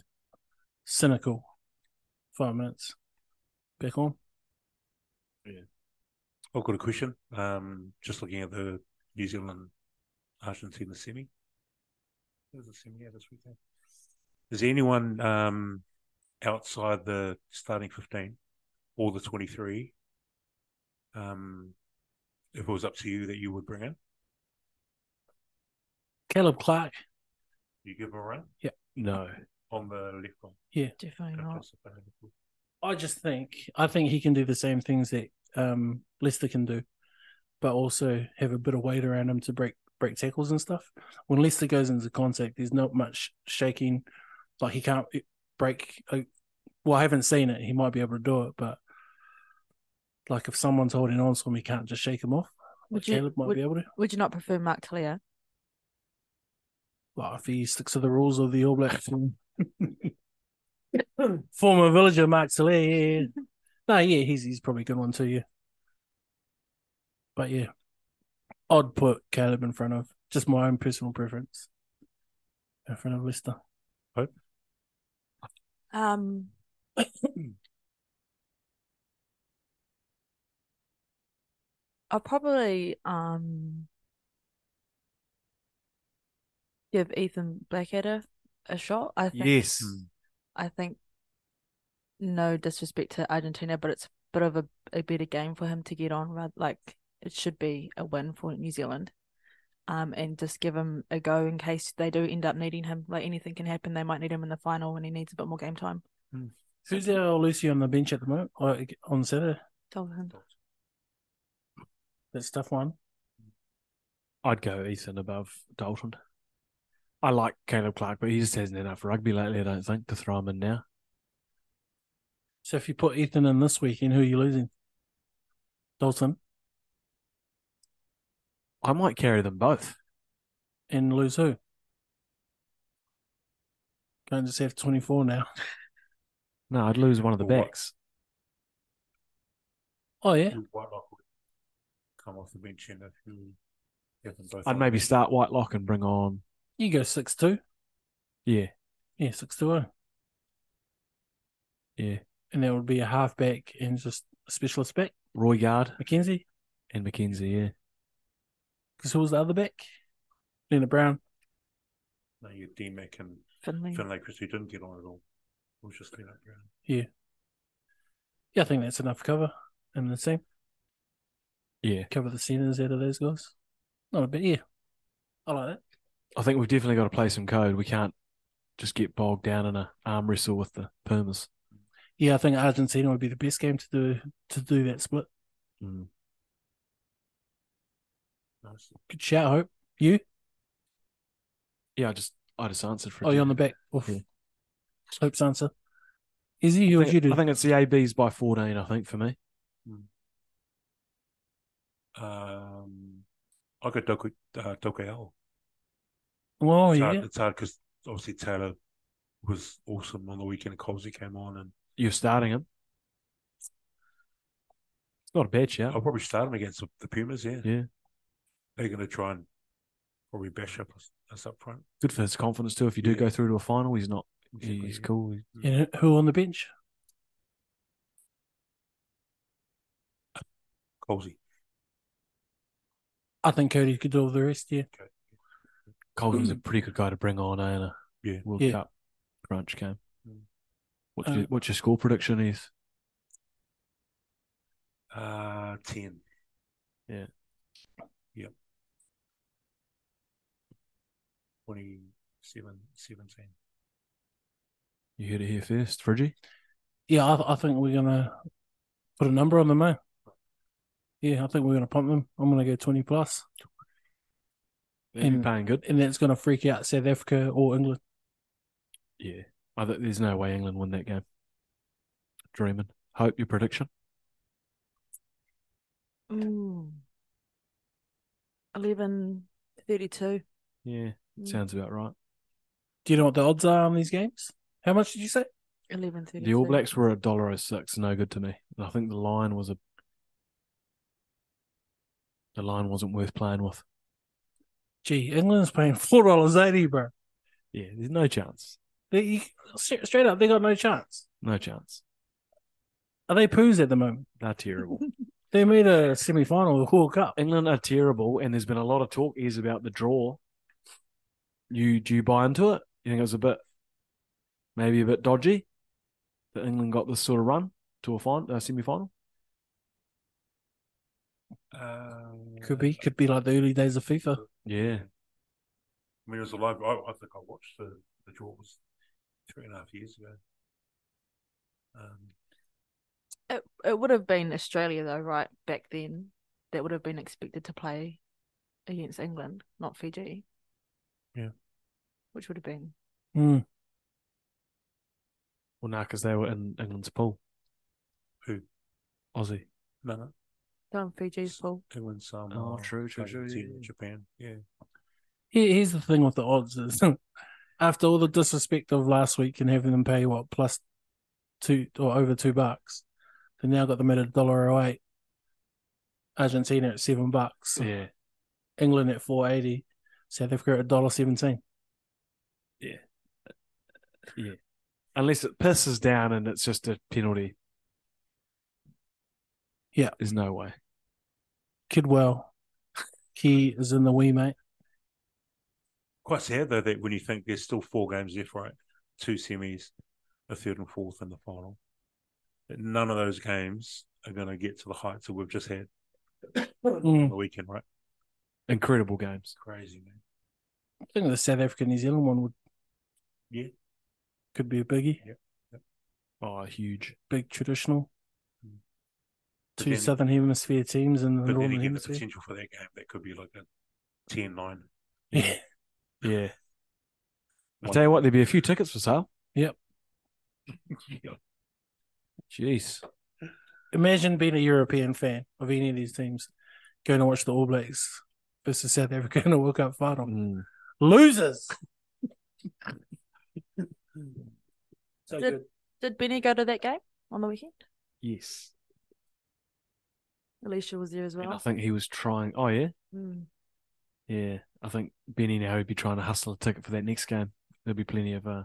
cynical, five minutes. Back on.
I've got a question. Um, just looking at the New Zealand Argentina semi. There's a semi out this weekend. Is there anyone um, outside the starting 15 or the 23? Um, if it was up to you, that you would bring in,
Caleb Clark.
you give him a run
No,
on the left one.
Definitely not.
I just think I think he can do the same things that um, Leicester can do, but also have a bit of weight around him to break break tackles and stuff. When Leicester goes into contact, there's not much shaking. Like he can't break. like- Well, I haven't seen it. He might be able to do it, but like if someone's holding on to him, he can't just shake him off. Like
Would you-
Caleb might
would-
be able to.
Would you not prefer Mark Talia?
Well, if he sticks to the rules of the All Blacks. Former villager Mark Saler, yeah, yeah. No, yeah, he's he's probably a good one too, yeah. But yeah. I'd put Caleb in front of just my own personal preference. In front of Lister.
Um, I'll probably um give Ethan Blackadder a shot. I think
yes,
I think no disrespect to Argentina, but it's a bit of a, a better game for him to get on. Rather, like it should be a win for New Zealand, um, and just give him a go in case they do end up needing him. Like anything can happen. They might need him in the final, and he needs a bit more game time.
Who's our Lucy on the bench at the moment? Or on Saturday?
Tell him.
That's a tough one.
I'd go Ethan above Dalton. I like Caleb Clark, but he just hasn't enough rugby lately. I don't think to throw him in now.
So if you put Ethan in this weekend, who are you losing? Dalton,
I might carry them both.
and lose who? Can't just have 24 now.
No, I'd lose one of the
Well, what-
backs.
Oh, yeah.
Who Whitelock would come off the bench and if you have them both
I'd
on.
maybe start Whitelock and bring on.
You go 6 2.
Yeah,
Yeah, 6 2 0.
yeah.
And that would be a halfback and just a specialist back,
Roy Guard
McKenzie.
and McKenzie. Yeah,
Because who was the other back? Leonard Brown.
No, you D Mac and
Finley.
Finlay Christie didn't get on at all. It was just Leonard Brown.
Yeah, I think that's enough cover in the team.
yeah.
Cover the centers out of those guys. Not a bit, yeah. I like that.
I think we've definitely got to play some code. We can't just get bogged down in a arm wrestle with the Permas.
Yeah, I think Argentina would be the best game to do to do that split.
Mm.
Nice.
Good shout, Hope.
Yeah, I just I just answered for.
Oh, you're on the back. Oof. Hope's answer. Izzy, who
I
would you
think,
do?
I think it's the ABs by fourteen. I think for me.
Um, I got Doku, uh, Doku L.
oh,
it's
yeah.
Hard, it's hard because obviously Taylor was awesome on the weekend. Colsey came on, and
You're starting him. It's not a bad shout.
I'll probably start him against the- the Pumas. Yeah,
Yeah.
they're going to try and probably bash up us, us up front.
Good for his confidence too. If you do
Yeah.
go through to a final, he's not.
Exactly,
He's
yeah.
cool. He-
And who on the bench?
Colsey.
I think Cody could do all the rest, yeah.
Okay.
Colton's a pretty good guy to bring on eh, in a
Yeah.
World
Yeah.
Cup crunch game.
Mm.
What's,
Um,
your, what's your score prediction is?
Uh, ten.
Yeah.
Yep. 27, 17.
You heard it here first, Fridgie.
Yeah, I, I think we're gonna put a number on them, eh? Yeah, I think we're gonna pump them. I'm gonna go twenty plus,
They've been
And-
paying good.
and that's gonna freak out South Africa or England.
Yeah. I th- there's no way England win that game. Dreaming. Hope your prediction.
Mm. 11 32.
Yeah.
Mm.
Sounds about right.
Do you know what the odds are on these games? How much did you say?
11
The All Blacks were a dollar oh six, no good to me. And I think the line was a the line wasn't worth playing with.
Gee, England's paying four dollars eighty, bro.
Yeah, there's no chance.
They, you, straight straight up, they got no chance.
No chance.
Are they poos at the moment?
They're terrible.
They made a semi final of the World Cup.
England are terrible, and there's been a lot of talk is about the draw. You do you buy into it? You think it was a bit, maybe a bit dodgy that England got this sort of run to a final, uh, semi final.
Uh,
Could be, could be like the early days of FIFA.
Yeah,
I mean, it was a live. I, I think I watched the the draw was three and a half years ago. Um,
It, it would have been Australia, though, right? Back then, that would have been expected to play against England, not Fiji.
Yeah.
Which would have been.
Mm.
well, no, because they were in England's pool.
Who?
Aussie.
no, no,
Don't Fiji's pool.
England, uh, Samoa,
Oh, true, true, true,
Argentina,
yeah.
Japan, yeah,
Here- Here's the thing with the odds is after all the disrespect of last week and having them pay what plus two or over two bucks, they now got them at a dollar oh eight. Argentina at seven bucks,
Yeah,
England at four eighty, South Africa at a dollar seventeen.
unless it pisses down and it's just a penalty.
Yeah.
there's no way.
Kidwell, Key is in the wee mate.
Quite sad though that when you think there's still four games left, right? Two semis, a third and fourth, and the final. That None of those games are going to get to the heights that we've just had on
Mm.
the weekend, right?
Incredible games.
Crazy man.
I think the South Africa New Zealand one would
Yeah.
could be a biggie,
Oh, huge.
big traditional.
Mm. But
Two
then-
Southern Hemisphere teams and the
But then
Northern
again, the
Hemisphere.
potential for that game that could be like a 10-9.
Yeah.
Yeah. I
One-
tell you what, there'd be a few tickets for sale.
Yep.
Jeez.
imagine being a European fan of any of these teams going to watch the All Blacks versus South Africa in a World Cup final. Losers. so
Did-
good.
Did Benny go to that game on the weekend?
Yes.
Alicia was there as
And I
well.
think he was trying. Oh, yeah.
Mm.
Yeah. I think Benny now would be trying to hustle a ticket for that next game. There'll be plenty of uh,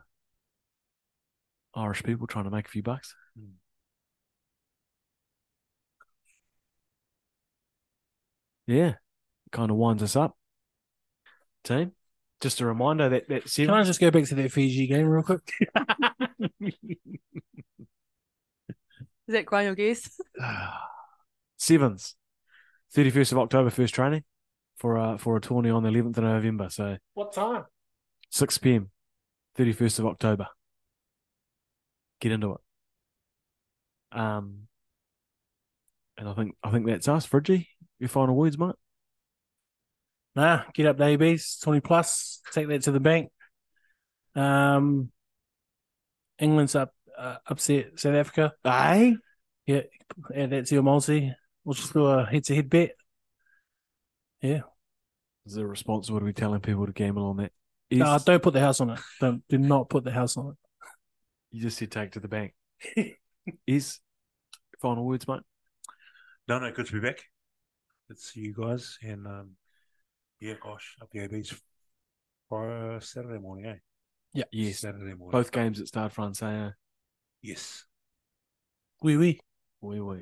Irish people trying to make a few bucks. Yeah. Kind of winds us up. Team. Just a reminder that that
Can
seven.
I just go back to that Fiji game real quick?
Is that Graham guess?
Sevens, thirty first of October, first training for a for a tourney on the eleventh of November. So
What time?
six pm, thirty first of October. Get into it. Um, and I think I think that's us. Fridgie, your final words, mate.
Nah, get up to ABs, 20 plus, take that to the bank. Um, England's up, uh, upset South Africa.
Aye.
Yeah, add that to your multi. We'll just do a head to head bet.
Is it responsible to be telling people to gamble on that? Is,
No, don't put the house on it. Don't, do not put the house on
you just said take it to the bank.
it.
Is final words, mate.
No, no, good to be back. Good to see you guys. And um, yeah, gosh, up the AB's for Saturday morning, eh?
Yes.
Saturday morning.
Both games at Stade Francais. eh?
Yes.
Wee wee.
Oui, oui.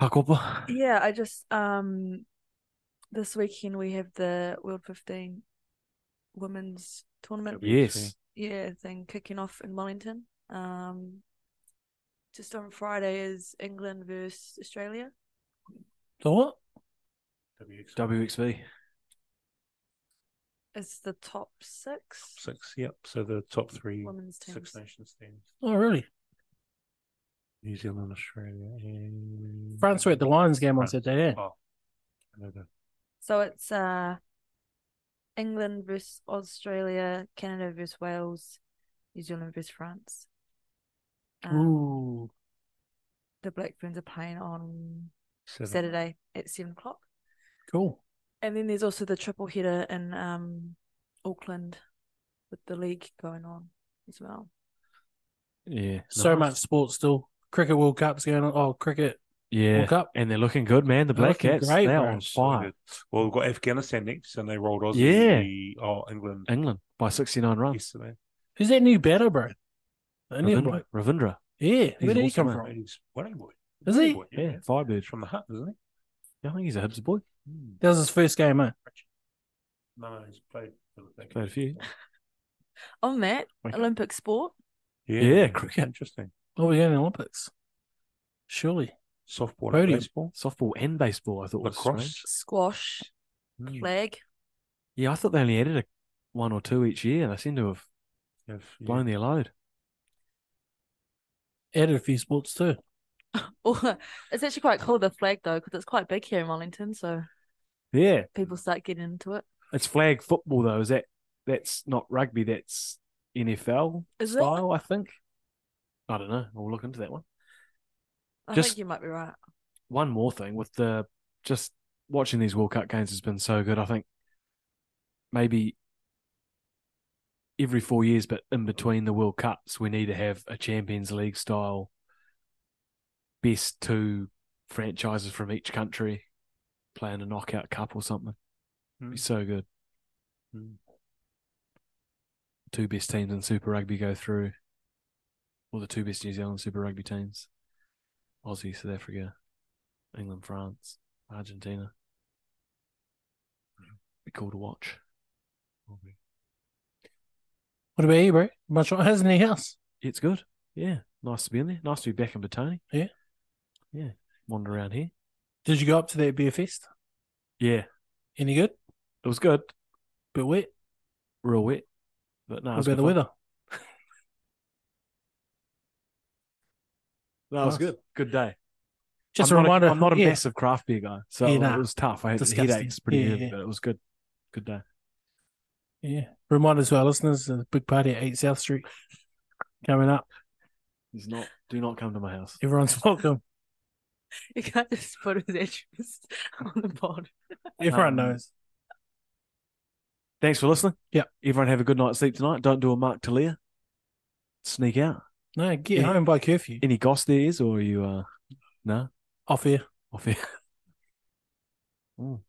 Hakopa.
Yeah, I just um this weekend we have the World 15 women's tournament.
Yes.
yeah thing kicking off in Wellington. Um, just on Friday is England versus Australia.
So what?
WX
WXV.
It's the top six
six. Yep. So the top three
women's teams.
Six Nations teams:
Oh, really?
New Zealand, Australia, and
France were at the Lions game on Saturday. yeah.
Oh, Canada.
So it's uh England versus Australia, Canada versus Wales, New Zealand versus France. Um,
Ooh.
the Blackburns are playing on
Seven.
Saturday at seven o'clock.
Cool.
And then there's also the triple header in um Auckland with the league going on as well.
Yeah.
So
nice.
much sports still. Cricket World Cup's going on. Oh, cricket
Yeah.
World Cup.
And they're looking good, man. The
They're
Black
looking
Cats.
great,
they're
bro.
on
So
fire.
good. Well, we've got Afghanistan next, and they rolled Aussie. Yeah. Oh, England
England by 69 runs.
yesterday.
Who's that new batter, bro? The Indian
Ravindra.
bloke.
Ravindra.
Yeah. Where
He's
did he
awesome,
come
man.
from?
He's Wellington boy.
Is
Wellington
he?
boy,
Yeah. Firebird.
He's from the hut, isn't he?
Yeah, I think he's a Hibs boy.
That was his first game, eh? huh?
No, no, he's played for the thing.
Played a few.
On that,
Okay.
Olympic sport.
Yeah, cricket.
Interesting.
Oh, we're going to the Olympics. Surely.
Softball, and
Podium.
baseball,
Softball and baseball, I thought was strange.
lacrosse.
squash,
Mm.
flag.
Yeah, I thought they only added a, one or two each year. They seem to have
Yes, yeah.
blown their load.
Added a few sports too.
Oh, it's actually quite cool the flag though, because it's quite big here in Wellington. So
Yeah.
people start getting into it.
It's flag football though. Is that that's not rugby, that's NFL
Is it?
style, I think. I don't know. We'll look into that one.
I
Just-
think you might be right.
one more thing with the just watching these World Cup games has been so good. I think maybe every four years, but in between the World Cups, we need to have a Champions League style best two franchises from each country playing a knockout cup or something. It'd be
Mm.
so good.
Mm.
Two best teams in Super Rugby go through, or the two best New Zealand Super Rugby teams Aussie, South Africa, England, France, Argentina. Be cool to watch.
What about you, bro? Much on his knee house.
It's good. Yeah. Nice to be in there. Nice to be back in Batoni.
Yeah.
Yeah. Wander around here.
Did you go up to that beer fest?
Yeah.
Any good?
It was good.
Bit wet.
Real wet. But no, it
What
was
about the
good fun.
weather?
No, it was
Nice.
good. Good day.
Just
I'm
a
not
reminder.
I'm not a
yeah,
massive craft beer guy, so
Yeah,
it
nah.
was tough. I had
Disgusting.
headaches pretty
Yeah,
good,
yeah.
but it was good. Good day.
Yeah. Reminders to our listeners, there's a big party at 8 South Street coming up.
He's not. Do not come to my house.
Everyone's welcome.
You can't just put his address on the pod.
Everyone
Um,
knows.
Thanks for listening.
Yeah.
Everyone have a good night's sleep tonight. Don't do a Mark Talia. Sneak out.
No, get
yeah.
home by curfew.
Any goss there is, or you uh, no
Off air.
off here. Mm.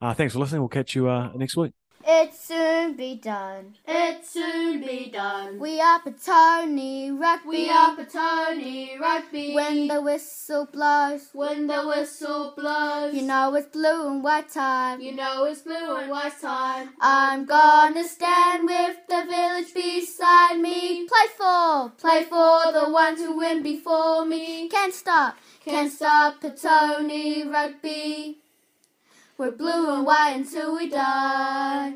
Uh, thanks for listening. We'll catch you uh, next week.
It soon be done. It soon be done. We are Petone Rugby. We are Petone Rugby. When the whistle blows. When the whistle blows. You know it's blue and white time. You know it's blue and white time. I'm gonna stand with the village beside me. Play for. Play for the ones who win before me. Can't stop. Can't stop Petone Rugby. We're blue and white until we die.